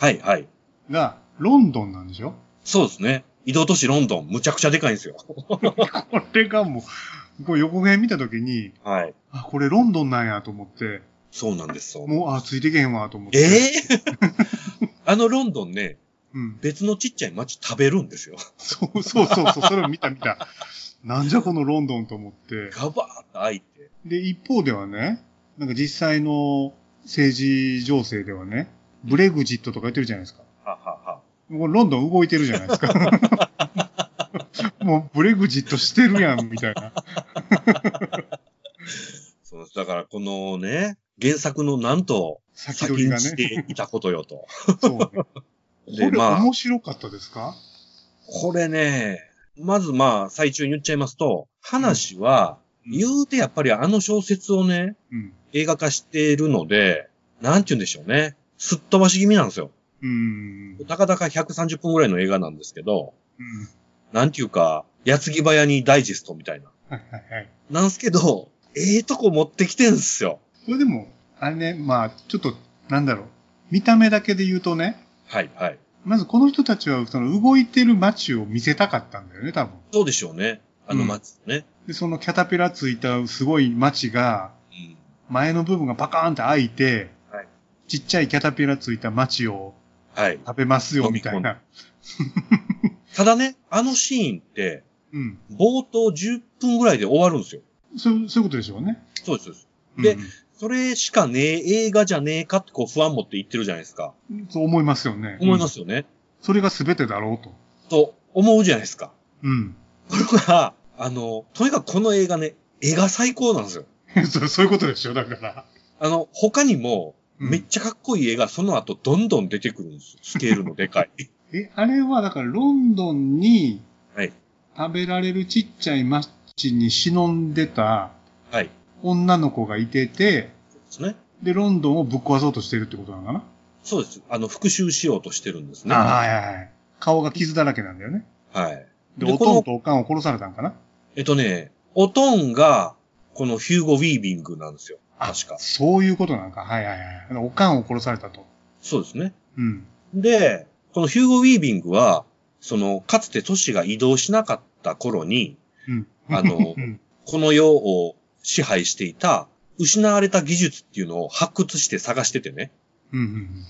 Speaker 1: はい、はい。
Speaker 2: がロンドンなんでしょ
Speaker 1: そうですね。移動都市ロンドン、むちゃくちゃでかいんですよ。
Speaker 2: これがもう、こう予告編見たときに、
Speaker 1: はい。
Speaker 2: あ、これロンドンなんやと思って、
Speaker 1: そうなんですよ。
Speaker 2: もう、あ、ついてけへんわと思って。
Speaker 1: ええ あのロンドンね、
Speaker 2: うん。
Speaker 1: 別のちっちゃい町食べるんですよ。
Speaker 2: そうそうそうそう、それを見た見た。なんじゃこのロンドンと思って。
Speaker 1: ガバーッと開いて。
Speaker 2: で、一方ではね、なんか実際の政治情勢ではね、ブレグジットとか言ってるじゃないですか。
Speaker 1: ははは。
Speaker 2: もうロンドン動いてるじゃないですか。 もうブレグジットしてるやん、みたいな。
Speaker 1: そうです。だから、このね、原作のなんと、
Speaker 2: 先
Speaker 1: 先
Speaker 2: 取りが
Speaker 1: に
Speaker 2: ね。
Speaker 1: していたことよ と。
Speaker 2: そうね。こ
Speaker 1: で、
Speaker 2: れ
Speaker 1: まあ、
Speaker 2: 面白かったですか
Speaker 1: これね、まずまあ、最中に言っちゃいますと、話は、
Speaker 2: うん
Speaker 1: 言うてやっぱりあの小説をね、
Speaker 2: うん。
Speaker 1: 映画化しているので、なんて言うんでしょうね。すっ飛ばし気味なんですよ。
Speaker 2: うん。
Speaker 1: たかだか130分ぐらいの映画なんですけど、
Speaker 2: うん。
Speaker 1: なんていうか、矢継ぎ早にダイジェストみたいな。
Speaker 2: はいはいはい。
Speaker 1: なんすけど、ええとこ持ってきてんすよ。
Speaker 2: これでも、あれね、まあ、ちょっと、なんだろう。見た目だけで言うとね、
Speaker 1: はい、はい。
Speaker 2: まずこの人たちは、その動いてる街を見せたかったんだよね、多分。
Speaker 1: そうでしょうね。あの松ね。
Speaker 2: で、そのキャタピラついたすごい街が、
Speaker 1: うん。
Speaker 2: 前の部分がパカーンって開いて、
Speaker 1: はい
Speaker 2: ちっちゃいキャタピラついた街を
Speaker 1: はい。
Speaker 2: 食べますよ、
Speaker 1: 飲み
Speaker 2: み
Speaker 1: 込
Speaker 2: た
Speaker 1: む
Speaker 2: いな。
Speaker 1: ただね、あのシーンって、
Speaker 2: うん。
Speaker 1: 冒頭10分ぐらいで終わるんですよ。
Speaker 2: そう、そういうことでしょうね。
Speaker 1: そうですそうです。で
Speaker 2: うん
Speaker 1: それしかねえ映画じゃねえかってこう不安持って言ってるじゃないですか。
Speaker 2: うん、そう思いますよね。。
Speaker 1: 思いますすよね。
Speaker 2: それが全てだろうと。
Speaker 1: と思うじゃないですか。
Speaker 2: うん。
Speaker 1: これが、あの、とにかくこの映画ね、絵が最高なんですよ。
Speaker 2: そうそういうことでしょ、だから。
Speaker 1: あの、他にも、
Speaker 2: うん
Speaker 1: めっちゃかっこいい絵がその後どんどん出てくるんですよ。スケールので かい。
Speaker 2: え、あれはだからロンドンに
Speaker 1: はい。
Speaker 2: 食べられるちっちゃい街に忍んでた
Speaker 1: はい。
Speaker 2: 女の子がいてて、
Speaker 1: そうですね。
Speaker 2: で、ロンドンをぶっ壊そうとしてるってことなのかな、
Speaker 1: そうです。あの、復讐しようとしてるんですね。
Speaker 2: ああ、はいはいはい。顔が傷だらけなんだよね。
Speaker 1: はい。
Speaker 2: で、
Speaker 1: で
Speaker 2: お
Speaker 1: ことの
Speaker 2: んとおかんを殺されたんかな
Speaker 1: えっとね、おとんが、このヒューゴ・ウィービングなんですよ。確か。
Speaker 2: そういうことなのか。はいはいはいあの。おかんを殺されたと。
Speaker 1: そうですね。
Speaker 2: うん。
Speaker 1: で、このヒューゴ・ウィービングは、その、かつて都市が移動しなかった頃 に、
Speaker 2: うん。
Speaker 1: あの
Speaker 2: うん。
Speaker 1: この世を支配していた、失われた技術っていうのを発掘して探しててね。
Speaker 2: うんうん。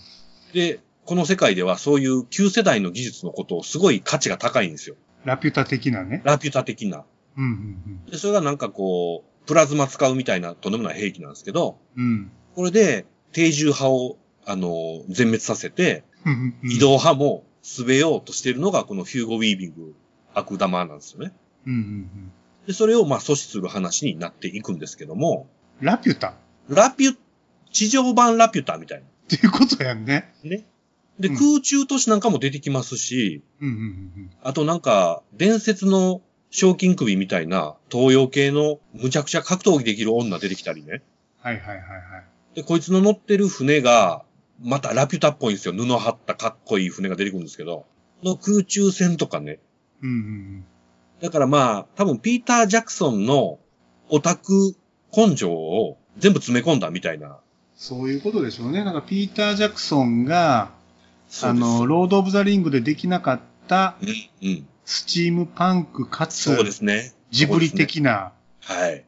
Speaker 1: で、この世界ではそういう旧世代の技術のことをすごい価値が高いんですよ。
Speaker 2: ラピュタ的なね。
Speaker 1: ラピュタ的な。
Speaker 2: うんうん
Speaker 1: で、それがなんかこう、プラズマ使うみたいなとんでもない兵器なんですけど、
Speaker 2: うん。うん
Speaker 1: これで、定住派を、あの、全滅させて、
Speaker 2: うんうんうん。
Speaker 1: 移動派も滑ようとしているのが、このヒューゴ・ウィービング、悪玉なんですよね。
Speaker 2: うんうんうん。
Speaker 1: で、それを、まあ、阻止する話になっていくんですけども、
Speaker 2: ラピュタっ
Speaker 1: ラピュ、地上版ラピュタみたい
Speaker 2: ていうことやんね。
Speaker 1: な。ね。で、
Speaker 2: うん
Speaker 1: 空中都市なんかも出てきますし、
Speaker 2: うんうんうん
Speaker 1: あとなんか、伝説の賞金首みたいな、東洋系のむちゃくちゃ格闘技できる女出てきたりね。
Speaker 2: うん。はいはいはいはい。
Speaker 1: で、こいつの乗ってる船が、またラピュタっぽいんですよ。布張ったかっこいい船が出てくるんですけど、の空中戦とかね。
Speaker 2: うんうん
Speaker 1: だからまあ、多分ピーター・ジャクソンのオタク根性を全部詰め込んだみたいな。
Speaker 2: そういうことでしょうね。なんか、ピーター・ジャクソンが、
Speaker 1: そう
Speaker 2: あ
Speaker 1: です
Speaker 2: の、ロード・オブ・ザ・リングでできなかった、
Speaker 1: うん、うん。
Speaker 2: スチームパンクかつ
Speaker 1: そうで、すね。
Speaker 2: ジブリ的な、
Speaker 1: はい。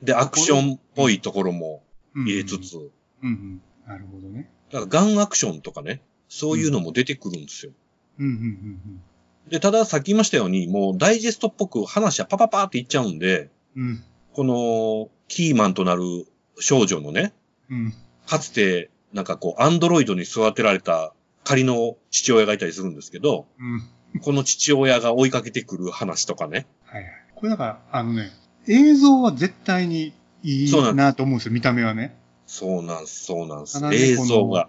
Speaker 1: で、アクションっぽいところも
Speaker 2: うん
Speaker 1: 入れつつ、
Speaker 2: うんうん。なるほどね。
Speaker 1: だからガンアクションとかね、そういうのも出てくるんですよ。
Speaker 2: うんうんうん
Speaker 1: で、たださっき言いましたように、もうダイジェストっぽく話はパパパーっていっちゃうんで、
Speaker 2: うん。
Speaker 1: このキーマンとなる少女のね、
Speaker 2: うん。うん。
Speaker 1: かつてなんかこうアンドロイドに育てられた仮の父親がいたりするんですけど、
Speaker 2: うん。
Speaker 1: この父親が追いかけてくる話とかね。
Speaker 2: はいはい。これだから、あのね、映像は絶対にい
Speaker 1: そうなん
Speaker 2: いなと思うんですよ、見た目はね。
Speaker 1: そうなんす、そうなんす
Speaker 2: ただ。ね
Speaker 1: 映像が。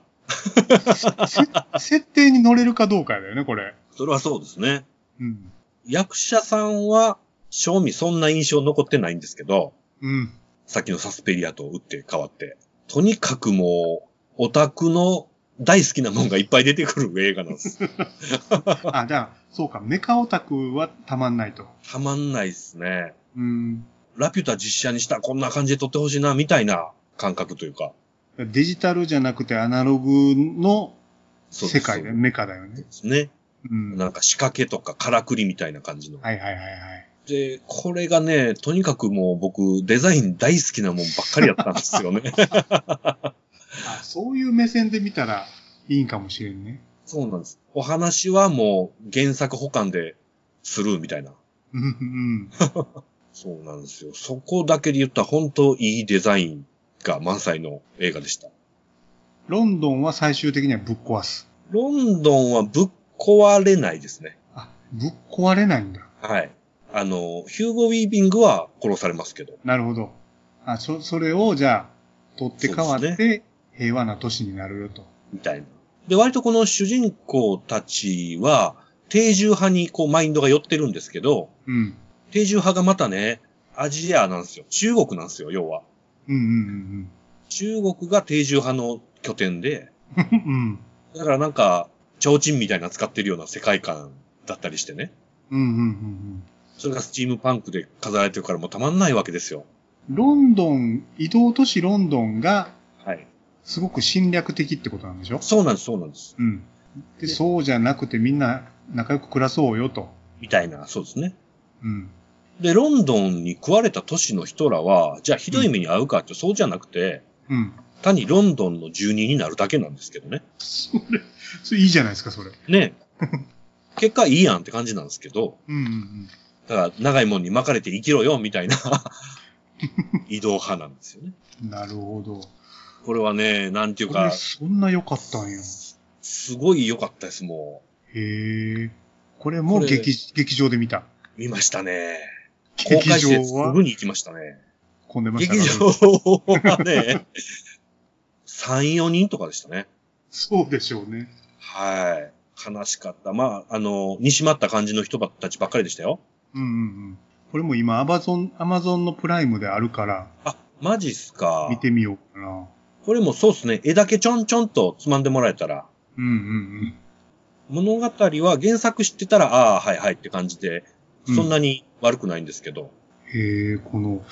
Speaker 2: せ設定に乗れるかどうかだよね、これ。
Speaker 1: それはそうですね。
Speaker 2: うん。
Speaker 1: 役者さんは、正味そんな印象残ってないんですけど、
Speaker 2: うん。
Speaker 1: さっきのサスペリアと打って変わって。とにかくもう、オタクの大好きなもんがいっぱい出てくる映画なんです。
Speaker 2: あ、じゃあ、そうか、メカオタクはたまんないと。
Speaker 1: たまんないですね。
Speaker 2: うん。
Speaker 1: ラピュタ実写にしたらこんな感じで撮ってほしいな、みたいな感覚というか。
Speaker 2: デジタルじゃなくてアナログの
Speaker 1: そうです
Speaker 2: 世界だよ、
Speaker 1: そう
Speaker 2: メカだよね
Speaker 1: で。すね。
Speaker 2: うん。は
Speaker 1: なんか仕掛けとかからくりみたいな感じの。
Speaker 2: いはいはいはい。
Speaker 1: で、これがね、とにかくもう僕、デザイン大好きなもんばっかりだったんですよね。
Speaker 2: あそういう目線で見たらいいんかもしれんね。
Speaker 1: そうなんです。お話はもう原作保管でするみたいな。
Speaker 2: うんうん。
Speaker 1: そうなんですよ。そこだけで言ったら本当いいデザインが満載の映画でした。
Speaker 2: ロンドンは最終的にはぶっ壊す。
Speaker 1: ロンドンはぶっ壊れないですね。
Speaker 2: あ、ぶっ壊れないんだ。
Speaker 1: はい。あの、ヒューゴ・ウィービングは殺されますけど。
Speaker 2: なるほど。あ、そ、それをじゃあ、取って代わっ
Speaker 1: そう
Speaker 2: て、平和な都市になるよと。
Speaker 1: みたいな。で、割とこの主人公たちは、定住派にこうマインドが寄ってるんですけど、
Speaker 2: うん。
Speaker 1: 定住派がまたね、アジアなんですよ。中国なんですよ、要は。
Speaker 2: うんうん
Speaker 1: 中国が定住派の拠点で、
Speaker 2: うんうん。うん。
Speaker 1: だからなんか、提灯みたいなの使ってるような世界観だったりしてね。
Speaker 2: うんうんうん
Speaker 1: それがスチームパンクで飾られてるからもうたまんないわけですよ。
Speaker 2: うん。ロンドン、移動都市ロンドンが、
Speaker 1: はい。
Speaker 2: すごく侵略的ってことなんでしょ
Speaker 1: そうなんです、そうなんです。
Speaker 2: うん。
Speaker 1: で
Speaker 2: で、そうじゃなくてみんな仲良く暮らそうよと。
Speaker 1: みたいな、そうですね。
Speaker 2: うん。
Speaker 1: で、ロンドンに食われた都市の人らは、じゃあひどい目に遭うかって、そうじゃなくて、
Speaker 2: うん。
Speaker 1: 単にロンドンの住人になるだけなんですけどね。
Speaker 2: それ、それいいじゃないですか、それ。
Speaker 1: ね 結果いいやんって感じなんですけど、
Speaker 2: うんうんうん。
Speaker 1: だから長いもんに巻かれて生きろよ、み たいな移動派なんですよね。
Speaker 2: なるほど。
Speaker 1: これはね、なんていう
Speaker 2: これ
Speaker 1: か、
Speaker 2: そんな良かったんや。
Speaker 1: すごい良かったです、も
Speaker 2: へえ。これも
Speaker 1: これ
Speaker 2: 劇、劇場で見た。
Speaker 1: う。見ましたね。公
Speaker 2: 劇
Speaker 1: 開施設す
Speaker 2: 場は
Speaker 1: ぐに行きましたね。
Speaker 2: 混んでました
Speaker 1: 劇
Speaker 2: か
Speaker 1: 場はね、3、4人とかでしたね。
Speaker 2: そうでしょうね。
Speaker 1: はい。悲しかった。まあ、あの、煮しまった感じの人たちばっかりでしたよ。
Speaker 2: うんうんうん。これも今、アマゾン、アマゾンのプライムであるから、
Speaker 1: あ、マジっすか。
Speaker 2: 見てみようかな。
Speaker 1: これもそうっすね。絵だけちょんちょんとつまんでもらえたら。
Speaker 2: うんうん
Speaker 1: 物語は原作知ってたら、ああ、はいはいって感じで、
Speaker 2: うん。
Speaker 1: そんなに悪くないんですけど。
Speaker 2: へえ、この、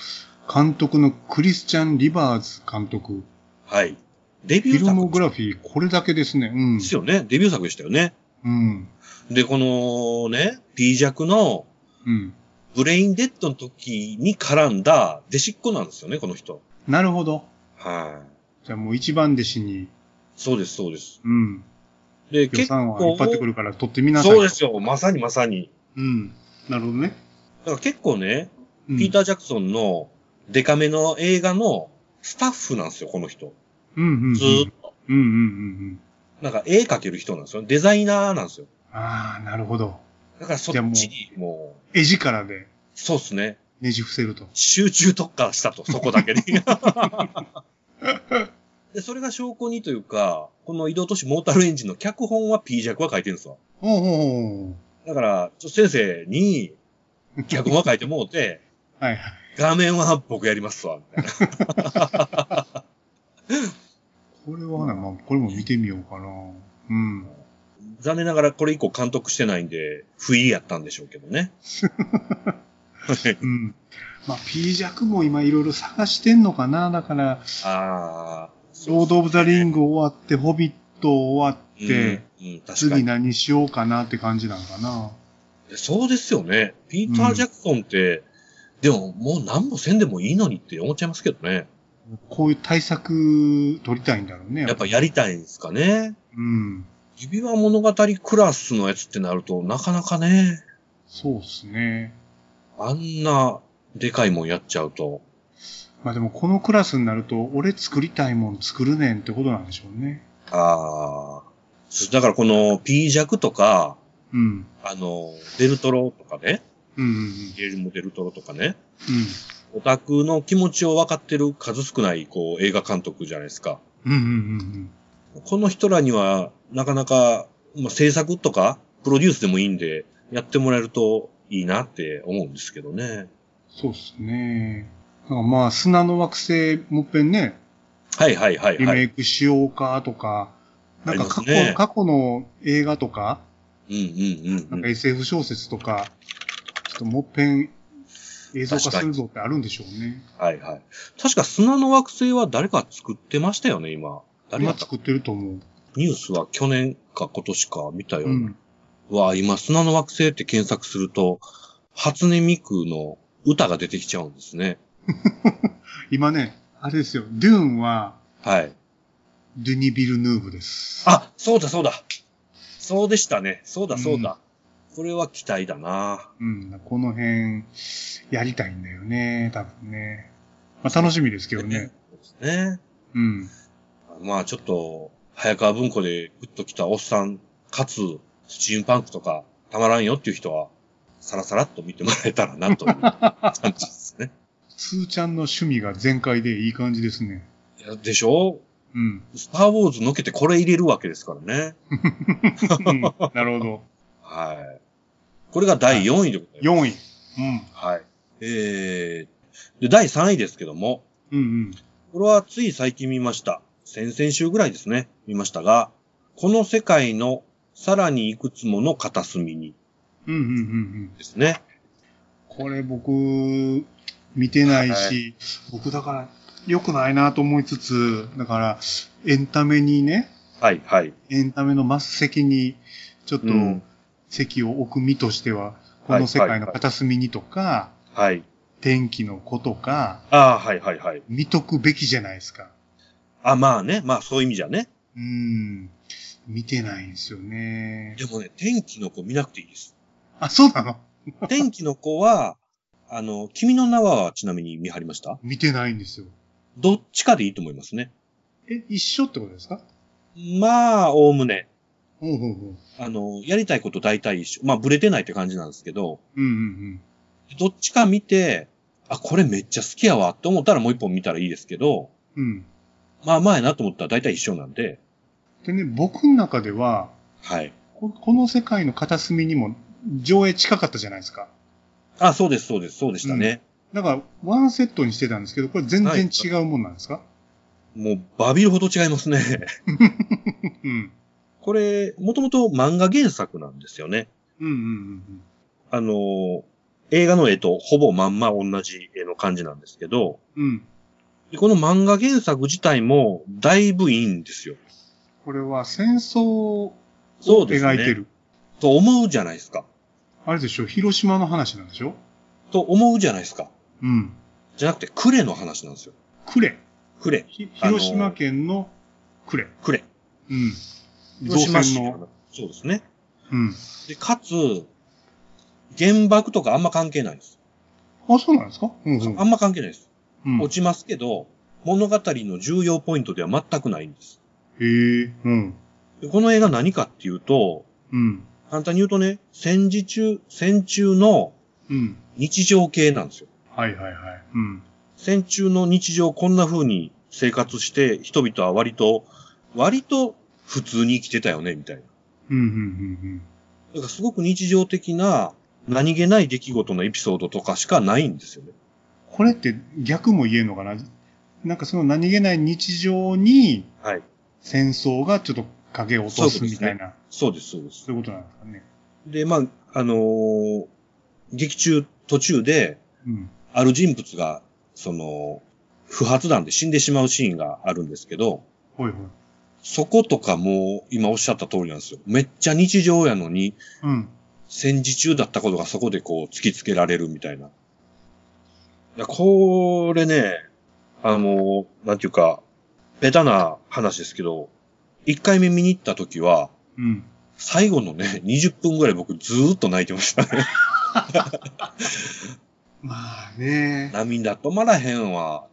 Speaker 2: 監督のクリスチャン・リバーズ監督、
Speaker 1: はい。デ
Speaker 2: フ
Speaker 1: ビュー
Speaker 2: ィル
Speaker 1: 作
Speaker 2: モグラフィー、これだけですね。うん。
Speaker 1: ですよね。デビュー作でしたよね。
Speaker 2: うん。
Speaker 1: で、このね、P 弱の
Speaker 2: うん。
Speaker 1: ブレインデッドの時に絡んだ弟子っ子なんですよね、この人。
Speaker 2: なるほど。
Speaker 1: はい。
Speaker 2: じゃあもう一番弟子に、
Speaker 1: そうです、そうです。
Speaker 2: うん。
Speaker 1: で、
Speaker 2: 予
Speaker 1: 結
Speaker 2: 算
Speaker 1: 構
Speaker 2: は引っ張ってくるから取ってみなさい。
Speaker 1: そうで。すよ。まさにまさに。
Speaker 2: うん。なるほどね。
Speaker 1: だから結構ね、
Speaker 2: うん、
Speaker 1: ピーター・ジャクソンのデカめの映画のスタッフなんですよ、この人。
Speaker 2: うんうんうん。
Speaker 1: ずーっと。
Speaker 2: うんうんうん
Speaker 1: なんか絵描ける人なんですよ。デザイナーなんですよ。
Speaker 2: うん。ああ、なるほど。
Speaker 1: だからそっちにもう、
Speaker 2: 絵力で
Speaker 1: そうですね。
Speaker 2: ねじ伏せると。
Speaker 1: 集中特化したと、そこだけ に。で、それが証拠にというか、この移動都市モータルエンジンの脚本は P 弱は書いてるんですわ。
Speaker 2: おうおうおう
Speaker 1: だから、ちょっと先生に脚本は書いてもうて、
Speaker 2: はいはい。
Speaker 1: 画面は僕やりますわ、みたいな。
Speaker 2: これはな、まあ、これも見てみようかな。うん。
Speaker 1: 残念ながらこれ以降監督してないんで、不意やったんでしょうけど ね。
Speaker 2: うん。まあ、P 弱も今いろいろ探してんのかな。だから、
Speaker 1: ああ。
Speaker 2: ロード・オブ・ザ・リング終わって、ホビット終わっ
Speaker 1: うん
Speaker 2: て、、
Speaker 1: うん、確か
Speaker 2: 次
Speaker 1: に。
Speaker 2: 何しようかなって感じなのかな。
Speaker 1: そうですよね。ピーター・ジャクソンって、でももう何もせんでもいいのにって思っちゃいますけどね。
Speaker 2: こういう対策取りたいんだろうね。
Speaker 1: やっぱやりたいんですかね。
Speaker 2: うん。
Speaker 1: 指輪物語クラスのやつってなると、なかなかね、
Speaker 2: そうっすね。
Speaker 1: あんなでかいもんやっちゃうと。
Speaker 2: まあでもこのクラスになると、俺作りたいもん作るねんってことなんでしょうね。
Speaker 1: ああ。そうだからこの P 弱とか、
Speaker 2: うん。
Speaker 1: あの、デルトロとかね、
Speaker 2: うんうん
Speaker 1: ゲルモ・デルトロとかね、オタクの気持ちを分かってる数少ない、こう、映画監督じゃないですか。
Speaker 2: うん。うんうんうん
Speaker 1: この人らには、なかなか、まあ、制作とか、プロデュースでもいいんで、やってもらえるといいなって思うんですけどね。
Speaker 2: そうっすね。だからまあ砂の惑星もっぺんね、
Speaker 1: はいはいはい
Speaker 2: リ
Speaker 1: はい。
Speaker 2: メイクしようかとか、なんか過去,、
Speaker 1: ありますね
Speaker 2: 過去の映画とか、
Speaker 1: うんうんうん
Speaker 2: な
Speaker 1: うんん
Speaker 2: か。SF 小説とか、ちょっともっぺん映像化するぞってあるんでしょうね。
Speaker 1: はいはい。確か砂の惑星は誰か作ってましたよね、今。誰が
Speaker 2: 今作ってると思う。
Speaker 1: ニュースは去年か今年か見たよう
Speaker 2: う
Speaker 1: な。
Speaker 2: ん。
Speaker 1: うわあ、今砂の惑星って検索すると、初音ミクの歌が出てきちゃうんですね。
Speaker 2: 今ね、あれですよ、ドゥーンは、
Speaker 1: はい。
Speaker 2: ドゥニ・ビル・ヌーブです。
Speaker 1: あ、そうだそうだ。そうでしたね。そうだそうだ。これは期待だな。
Speaker 2: うん、この辺、やりたいんだよね、多分ね。まあ、楽しみですけどね。
Speaker 1: そうですね。
Speaker 2: うん。
Speaker 1: まあちょっと、早川文庫でグッと来たおっさん、かつ、スチームパンクとか、たまらんよっていう人は、さらさらっと見てもらえたらなという感じですね。
Speaker 2: スーちゃんの趣味が全開でいい感じですね。
Speaker 1: いやでしょ
Speaker 2: うん。
Speaker 1: スターウォーズのけてこれ入れるわけですからね。
Speaker 2: うんなるほど。
Speaker 1: はい。これが第4位でございます。
Speaker 2: 4位。うん。
Speaker 1: はい。えー、で、第3位ですけども、
Speaker 2: うん
Speaker 1: これはつい最近見ました。先々週ぐらいですね、見ましたが、この世界のさらにいくつもの片隅に
Speaker 2: うん。うんうんうんうん。
Speaker 1: ですね。
Speaker 2: これ僕、見てないし、僕だから、良くないなと思いつつ、だから、エンタメにね、
Speaker 1: はい、はい。
Speaker 2: エンタメの末席に、ちょっと
Speaker 1: うん
Speaker 2: 席を置く身としては、
Speaker 1: は
Speaker 2: こ
Speaker 1: い
Speaker 2: の世界の片隅にとか、
Speaker 1: はい。
Speaker 2: 天気の子とか、
Speaker 1: ああ、はい、はい、はい。
Speaker 2: 見とくべきじゃないですか。
Speaker 1: あ、まあね、まあそういう意味じゃね。
Speaker 2: うん。見てないんですよね。
Speaker 1: でもね、天気の子見なくていいです。
Speaker 2: あ、そうなの
Speaker 1: 天気の子は、あの、君の名はちなみに見張りました
Speaker 2: 見てないんですよ。
Speaker 1: どっちかでいいと思いますね。
Speaker 2: え、一緒ってことですか
Speaker 1: まあ、おおむね。
Speaker 2: ほうほうほう。
Speaker 1: あの、やりたいこと大体一緒。まあ、ブレてないって感じなんですけど、
Speaker 2: うんうん
Speaker 1: どっちか見て、あ、これめっちゃ好きやわって思ったらもう一本見たらいいですけど、
Speaker 2: うん。うん。
Speaker 1: まあ前なと思ったら大体一緒なんで、
Speaker 2: でね、僕の中では、
Speaker 1: はい。
Speaker 2: ここの世界の片隅にも上映近かったじゃないですか。
Speaker 1: あ、そうです、そうです、そうでしたね。
Speaker 2: だから、ワンセットにしてたんですけど、これ全然違うもんなんですか、
Speaker 1: もうバビるほど違いますね。
Speaker 2: うん。
Speaker 1: これ、もともと漫画原作なんですよね。
Speaker 2: うんうんうん
Speaker 1: あの、映画の絵とほぼまんま同じ絵の感じなんですけど、
Speaker 2: うん。うん。
Speaker 1: でこの漫画原作自体もだいぶいいんですよ。
Speaker 2: これは戦争を
Speaker 1: そうですね。
Speaker 2: 描いてる。
Speaker 1: と思うじゃないですか。
Speaker 2: あれでしょ広島の話なんでしょ
Speaker 1: と思うじゃないですか。
Speaker 2: うん。
Speaker 1: じゃなくて、クレの話なんですよ。
Speaker 2: 呉。
Speaker 1: クレ、
Speaker 2: ひ
Speaker 1: あのー
Speaker 2: 広島県の呉。
Speaker 1: クレ。
Speaker 2: うん。
Speaker 1: 広島市
Speaker 2: 造船の。
Speaker 1: そうですね。
Speaker 2: うん。
Speaker 1: で、かつ、原爆とかあんま関係ないです。
Speaker 2: あ、そうなんですかうんうん。
Speaker 1: あんま関係ないです。
Speaker 2: うん、へ
Speaker 1: 落ちますけど、物語の重要ポイントでは全くないんです。
Speaker 2: え。うん。
Speaker 1: でこの映画何かっていうと、
Speaker 2: うん。
Speaker 1: 簡単に言うとね、戦時中、戦中の
Speaker 2: うん。
Speaker 1: 日常系なんですよ。
Speaker 2: はいはいはい。うん。
Speaker 1: 戦中の日常こんな風に生活して、人々は割と、割と普通に生きてたよね、みたいな。
Speaker 2: うんうんうん
Speaker 1: だからすごく日常的な、何気ない出来事のエピソードとかしかないんですよね。
Speaker 2: うん。これって逆も言えんのかななんかその何気ない日常に
Speaker 1: はい。
Speaker 2: 戦争がちょっと影を落とすみたいな、
Speaker 1: そうです、そうです
Speaker 2: そ。ういうことなんですかね。
Speaker 1: で、まあ、あのー劇中途中で、
Speaker 2: うん。
Speaker 1: ある人物が、その、不発弾で死んでしまうシーンがあるんですけど、
Speaker 2: ほいほい。
Speaker 1: そことかもう今おっしゃった通りなんですよ。めっちゃ日常やのに、
Speaker 2: うん。
Speaker 1: 戦時中だったことがそこでこう突きつけられるみたいな。いや、これね、あの、なんていうか、ベタな話ですけど、一回目見に行った時は、
Speaker 2: うん。
Speaker 1: 最後のね、20分ぐらい僕ずーっと泣いてましたね。
Speaker 2: まあね、
Speaker 1: 涙止まらへんわ。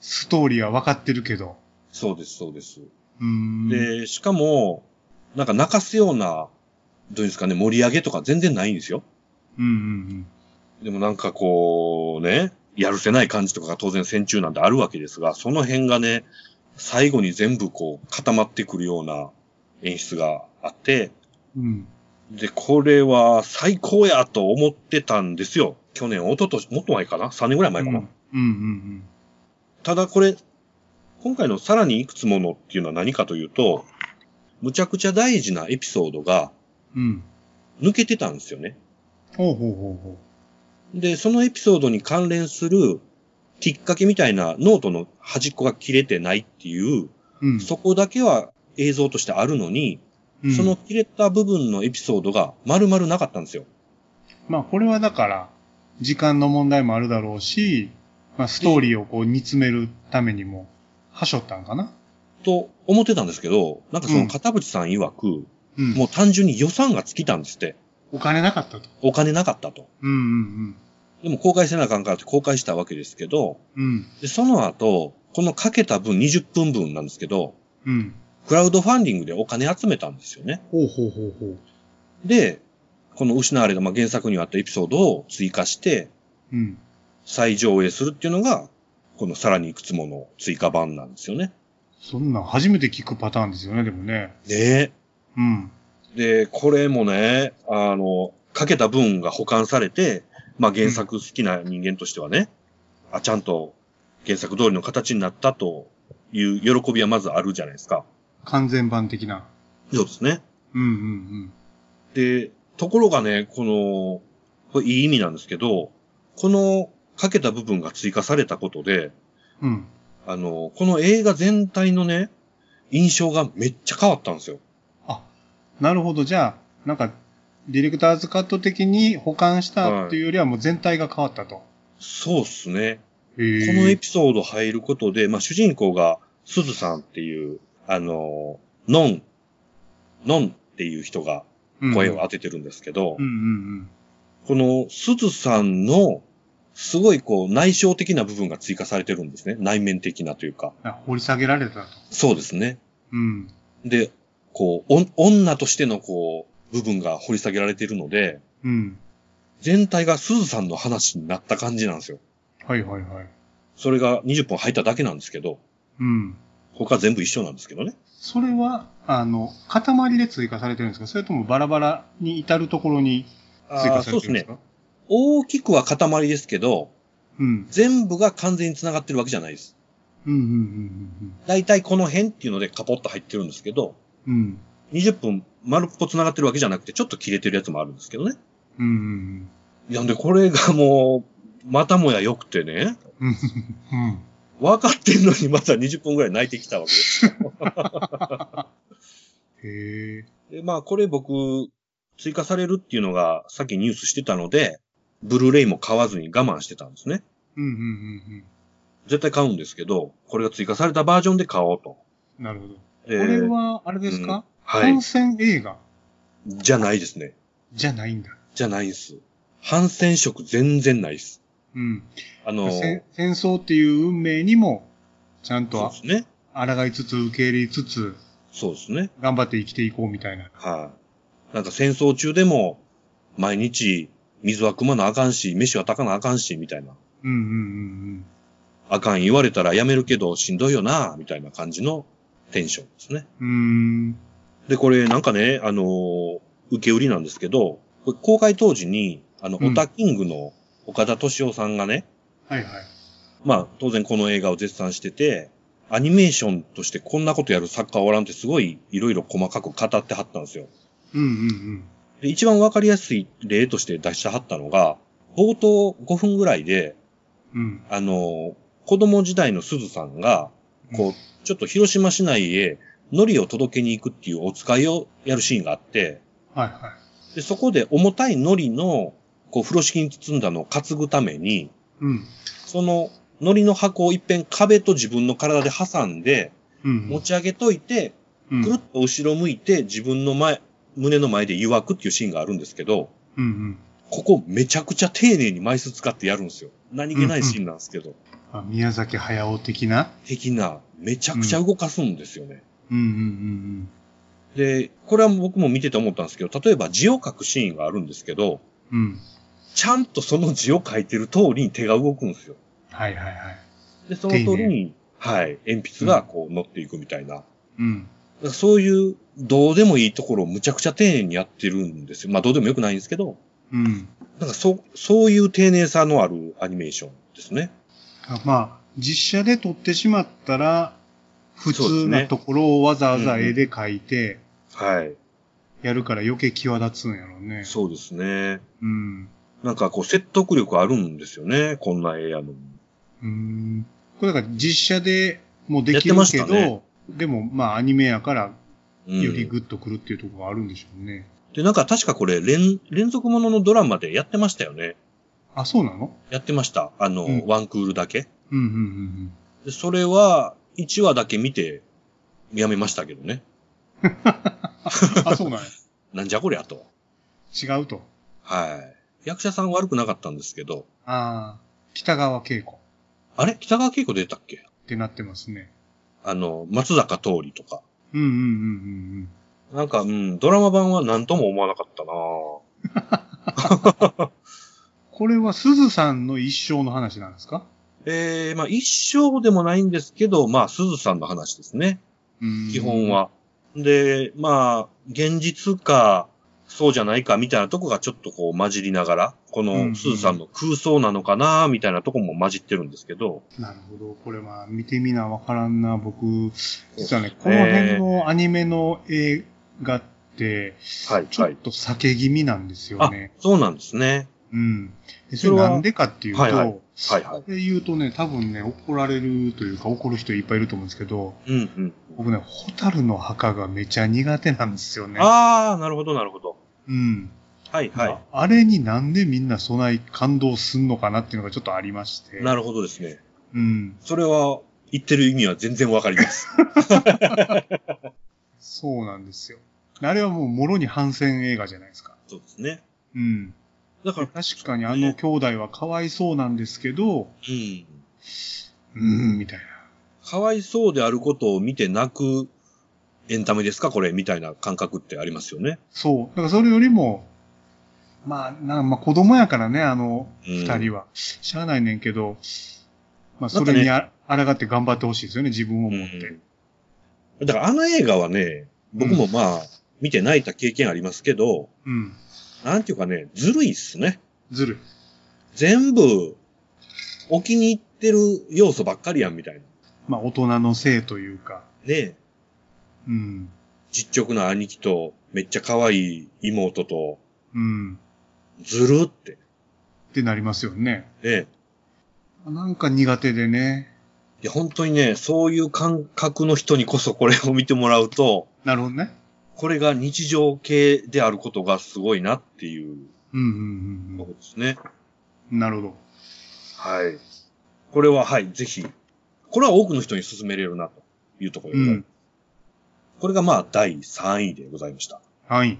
Speaker 2: ストーリーは分かってるけど。
Speaker 1: そうです、そうです。
Speaker 2: うーん。
Speaker 1: で、しかも、なんか泣かすような、どういうんですかね、盛り上げとか全然ないんですよ。
Speaker 2: うんうん
Speaker 1: でもなんかこう、ね、やるせない感じとかが当然戦中なんであるわけですが、その辺がね、最後に全部こう固まってくるような演出があって、
Speaker 2: うん。うん。
Speaker 1: で、これは最高やと思ってたんですよ。去年、おととし、もっと前かな ?3 年ぐらい前かな、
Speaker 2: うんうんうん
Speaker 1: ただこれ、今回のさらにいくつものっていうのは何かというと、むちゃくちゃ大事なエピソードが
Speaker 2: うん。うん。
Speaker 1: 抜けてたんですよね。
Speaker 2: ほうほうほうほ
Speaker 1: で、そのエピソードに関連するきっかけみたいなノートの端っこが切れてないっていう、
Speaker 2: うん。
Speaker 1: そこだけは映像としてあるのに、
Speaker 2: うん
Speaker 1: その切れた部分のエピソードが丸々なかったんですよ。
Speaker 2: まあこれはだから、時間の問題もあるだろうし、まあストーリーをこう煮詰めるためにも、はしょったんかな
Speaker 1: と思ってたんですけど、なんかそうの
Speaker 2: ん
Speaker 1: 片渕さん曰く、
Speaker 2: うん。
Speaker 1: もう単純に予算が尽きたんですって。
Speaker 2: お金なかったと。
Speaker 1: お金なかったと。
Speaker 2: うんうん
Speaker 1: でも公開せなあかんからって公開したわけですけど、
Speaker 2: うん。うん。
Speaker 1: で、その後、このかけた分20分分なんですけど、
Speaker 2: うん。
Speaker 1: クラウドファンディングでお金集めたんですよね。
Speaker 2: ほうほうほうほう。
Speaker 1: で、この失われた、まあ、原作にあったエピソードを追加して、
Speaker 2: うん。
Speaker 1: 再上映するっていうのが、このさらにいくつもの追加版なんですよね。
Speaker 2: そんなん初めて聞くパターンですよね、でもね。
Speaker 1: ね
Speaker 2: うん。
Speaker 1: え。で、これもね、あの、かけた分が保管されて、まあ、原作好きな人間としてはね、あ、ちゃんと原作通りの形になったという喜びはまずあるじゃないですか。
Speaker 2: 完全版的な。
Speaker 1: そうですね。
Speaker 2: うんうん
Speaker 1: で、ところがね、この、これいい意味なんですけど、このかけた部分が追加されたことで、
Speaker 2: うん。うん。
Speaker 1: あの、この映画全体のね、印象がめっちゃ変わったんですよ。
Speaker 2: あ、なるほど。じゃあ、なんか、ディレクターズカット的に保管したっていうよりはもう全体が変わったと。
Speaker 1: そうっすね。
Speaker 2: へ
Speaker 1: こ
Speaker 2: ー
Speaker 1: のエピソード入ることで、まあ、主人公がすずさんっていう、あの、のん、のんっていう人が声を当ててるんですけど、
Speaker 2: うんうん
Speaker 1: このすずさんのすごいこう内省的な部分が追加されてるんですね。内面的なというか。
Speaker 2: うん。あ掘り下げられたと。
Speaker 1: そうですね。
Speaker 2: うん。
Speaker 1: で、こう、お女としてのこう、部分が掘り下げられてるので、
Speaker 2: うん。
Speaker 1: 全体が鈴さんの話になった感じなんですよ。
Speaker 2: はいはいはい。
Speaker 1: それが20分入っただけなんですけど、
Speaker 2: うん。
Speaker 1: 他全部一緒なんですけどね。
Speaker 2: それは、あの、塊で追加されてるんですかそれともバラバラに至るところに追加さ
Speaker 1: そうで
Speaker 2: れて
Speaker 1: す
Speaker 2: るんで
Speaker 1: ね。
Speaker 2: すか
Speaker 1: 大きくは塊ですけど、
Speaker 2: うん。
Speaker 1: 全部が完全に繋がってるわけじゃないです。
Speaker 2: うんうん
Speaker 1: だいたいこの辺っていうのでカポッと入ってるんですけど、
Speaker 2: うんうんうん。うん。
Speaker 1: 20分丸っぽ繋がってるわけじゃなくて、ちょっと切れてるやつもあるんですけどね。
Speaker 2: うんうん
Speaker 1: いや、で、これがもう、またもや良くてね、
Speaker 2: うん。うん。
Speaker 1: 分かってんのにまた20分ぐらい泣いてきたわけです
Speaker 2: へえ。
Speaker 1: で、まあ、これ僕、追加されるっていうのが、さっきニュースしてたので、ブルーレイも買わずに我慢してたんですね。
Speaker 2: うんうんうん
Speaker 1: 絶対買うんですけど、これが追加されたバージョンで買おうと。
Speaker 2: うん。なるほど。こ
Speaker 1: で
Speaker 2: れは、あれですか、
Speaker 1: はい
Speaker 2: 本。戦映画
Speaker 1: じゃないですね。
Speaker 2: じゃないんだ。
Speaker 1: じゃないんです。反戦色全然ないです。
Speaker 2: うん。
Speaker 1: あの、そ
Speaker 2: 戦戦争っていう運命にも、ちゃん
Speaker 1: う
Speaker 2: と
Speaker 1: ですね。
Speaker 2: 抗いつつ、受け入れつつ、
Speaker 1: そうですね。
Speaker 2: 頑張って生きていこうみたいな。
Speaker 1: はい、なんか戦争中でも、毎日、水は汲まなあかんし、飯は炊かなあかんし、みたいな。
Speaker 2: うんうんうん
Speaker 1: あかん言われたらやめるけど、しんどいよな、みたいな感じのテンションですね。
Speaker 2: うん。うーん。
Speaker 1: で、これなんかね、あのー受け売りなんですけど、これ公開当時に、あの、
Speaker 2: うん
Speaker 1: オタキングの岡田敏夫さんがね、
Speaker 2: はいはい。
Speaker 1: まあ、当然この映画を絶賛してて、アニメーションとしてこんなことやる作家おらんってすごいいろいろ細かく語ってはったんですよ。
Speaker 2: うんうん
Speaker 1: で、一番わかりやすい例として出してはったのが、冒頭5分ぐらいで、
Speaker 2: うん。うん。
Speaker 1: あのー子供時代の鈴さんが、こう、ちょっと広島市内へ海苔を届けに行くっていうお使いをやるシーンがあって、
Speaker 2: はいは
Speaker 1: で、そこで重たい海苔の、こう、風呂敷に包んだのを担ぐために、
Speaker 2: い。うん。
Speaker 1: その海苔の箱を一遍壁と自分の体で挟んで、
Speaker 2: うん。
Speaker 1: 持ち上げといて、
Speaker 2: うん。
Speaker 1: ぐるっと後ろ向いて自分の前、胸の前で誘惑っていうシーンがあるんですけど、
Speaker 2: うんうん。
Speaker 1: ここめちゃくちゃ丁寧に枚数使ってやるんですよ。何気ないシーンなんですけど、
Speaker 2: あ宮崎駿的な。
Speaker 1: 的な、めちゃくちゃ動かすんですよね。
Speaker 2: うんうん
Speaker 1: で、これは僕も見てて思ったんですけど、例えば字を書くシーンがあるんですけど、
Speaker 2: うんうん。うん。
Speaker 1: ちゃんとその字を書いてる通りに手が動くんですよ。
Speaker 2: はいはいはい。
Speaker 1: で、その通りに、はい、鉛筆がこう乗っていくみたいな。だか
Speaker 2: うん。
Speaker 1: らそういう、どうでもいいところをむちゃくちゃ丁寧にやってるんですよ。まあ、どうでもよくないんですけど、
Speaker 2: うん。
Speaker 1: なんかそう、そういう丁寧さのあるアニメーションですね。
Speaker 2: あまあ、実写で撮ってしまったら、普
Speaker 1: そうです
Speaker 2: 通
Speaker 1: ね
Speaker 2: なところをわざわ
Speaker 1: う
Speaker 2: ざ
Speaker 1: んうん
Speaker 2: 絵で描いて、
Speaker 1: はい。
Speaker 2: やるから余計際立つんやろうね。
Speaker 1: そうですね。
Speaker 2: うん。
Speaker 1: なんかこう説得力あるんですよね、こんな絵やのに。
Speaker 2: うん。これだから実写でもうで
Speaker 1: やっ
Speaker 2: き
Speaker 1: て
Speaker 2: る
Speaker 1: まし
Speaker 2: け
Speaker 1: た
Speaker 2: ど、
Speaker 1: ね
Speaker 2: でもまあアニメやから
Speaker 1: うん、
Speaker 2: よりグッとくるっていうところがあるんでしょうね。
Speaker 1: で、なんか確かこれ連、連続もののドラマでやってましたよね。
Speaker 2: あ、そうなの
Speaker 1: やってました。あの、
Speaker 2: うん
Speaker 1: ワンクールだけ。
Speaker 2: うんうんうん
Speaker 1: で、それは、1話だけ見て、やめましたけどね。
Speaker 2: うん。 あ、そうなん
Speaker 1: なんじゃこりゃと。
Speaker 2: や。違うと。
Speaker 1: はい。役者さん悪くなかったんですけど、
Speaker 2: ああ、北川景子
Speaker 1: あれ北川景子出たっけ
Speaker 2: ってなってますね。
Speaker 1: あの、松坂通りとか。
Speaker 2: うんうんうんうんうん。
Speaker 1: なんか、うん、ドラマ版は何とも思わなかったなぁ。
Speaker 2: これは鈴さんの一生の話なんですか
Speaker 1: ええまあ一生でもないんですけど、まあ鈴さんの話ですね。基
Speaker 2: 基
Speaker 1: 本。は。で、まあ、現実か、そうじゃないかみたいなとこがちょっとこう混じりながら、こ
Speaker 2: うんうん
Speaker 1: の鈴さんの空想なのかなみたいなとこも混じってるんですけど、
Speaker 2: なるほど。これまあ見てみなわからんな。僕、実はね、こ
Speaker 1: そう
Speaker 2: の
Speaker 1: ですね
Speaker 2: 辺のアニメの映画って、
Speaker 1: はい、
Speaker 2: ちょ
Speaker 1: は
Speaker 2: っ
Speaker 1: い。
Speaker 2: と避け気味なんですよ
Speaker 1: あ
Speaker 2: ね。、
Speaker 1: そうなんですね。
Speaker 2: うん。でそ
Speaker 1: それ
Speaker 2: れ
Speaker 1: は
Speaker 2: なんでかっていうと、
Speaker 1: はいはい、はい。
Speaker 2: で言うとね、多分ね、怒られるというか、怒る人いっぱいいると思うんですけど、
Speaker 1: うん、うん。
Speaker 2: 僕ね、ホタルの墓がめちゃ苦手なんですよね。
Speaker 1: ああ、なるほど、なるほど。
Speaker 2: うん。
Speaker 1: はい、は
Speaker 2: ああれになんでみんなそない感動すんのかなっていうのがちょっとありまして。
Speaker 1: い。なるほどですね。
Speaker 2: うん。
Speaker 1: それは、言ってる意味は全然わかり ます。
Speaker 2: そうなんですよ。あれはもう、もろに反戦映画じゃないですか。
Speaker 1: そうですね。
Speaker 2: うん。
Speaker 1: だから、
Speaker 2: 確かにあの兄弟はかわいそうなんですけど、
Speaker 1: うん。
Speaker 2: うん、みたいな。
Speaker 1: かわいそうであることを見て泣くエンタメですかこれ、みたいな感覚ってありますよね。
Speaker 2: そう。だからそれよりも、まあ、なまあ、子供やからね、あの、
Speaker 1: うん
Speaker 2: 二人は。しゃあないねんけど、まあ、
Speaker 1: な
Speaker 2: そ
Speaker 1: んか
Speaker 2: れ
Speaker 1: ね
Speaker 2: にあ抗って頑張ってほしいですよね、自分を持って。
Speaker 1: だからあの映画はね、僕もまあ、見て泣いた経験ありますけど、
Speaker 2: うん。
Speaker 1: なんていうかね、ずるいっすね。
Speaker 2: ずるい。
Speaker 1: 全部、お気に入ってる要素ばっかりやんみたいな。
Speaker 2: まあ、大人のせいというか。
Speaker 1: ね
Speaker 2: うん。
Speaker 1: ちっちゃくな兄貴と、めっちゃ可愛い妹と、
Speaker 2: うん。
Speaker 1: ずるって。
Speaker 2: ってなりますよね。
Speaker 1: ね
Speaker 2: なんか苦手でね。
Speaker 1: いや、本当にね、そういう感覚の人にこそこれを見てもらうと、
Speaker 2: なるほどね。
Speaker 1: これが日常系であることがすごいなっていう
Speaker 2: うんうんうん
Speaker 1: ことですね。
Speaker 2: うん。なるほど。
Speaker 1: はい。これは、はい、ぜひ。これは多くの人に勧めれるな、というところで
Speaker 2: う
Speaker 1: ござい
Speaker 2: ん
Speaker 1: ます。。これがまあ、第3位でございました。
Speaker 2: はい。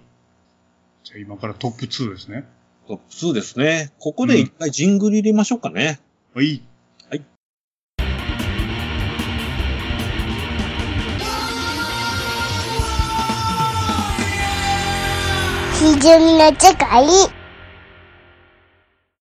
Speaker 2: じゃあ今からトップ2ですね。
Speaker 1: トップ2ですね。ここで一回ジングル入れましょうかね。
Speaker 2: はい。
Speaker 3: 基準の世界。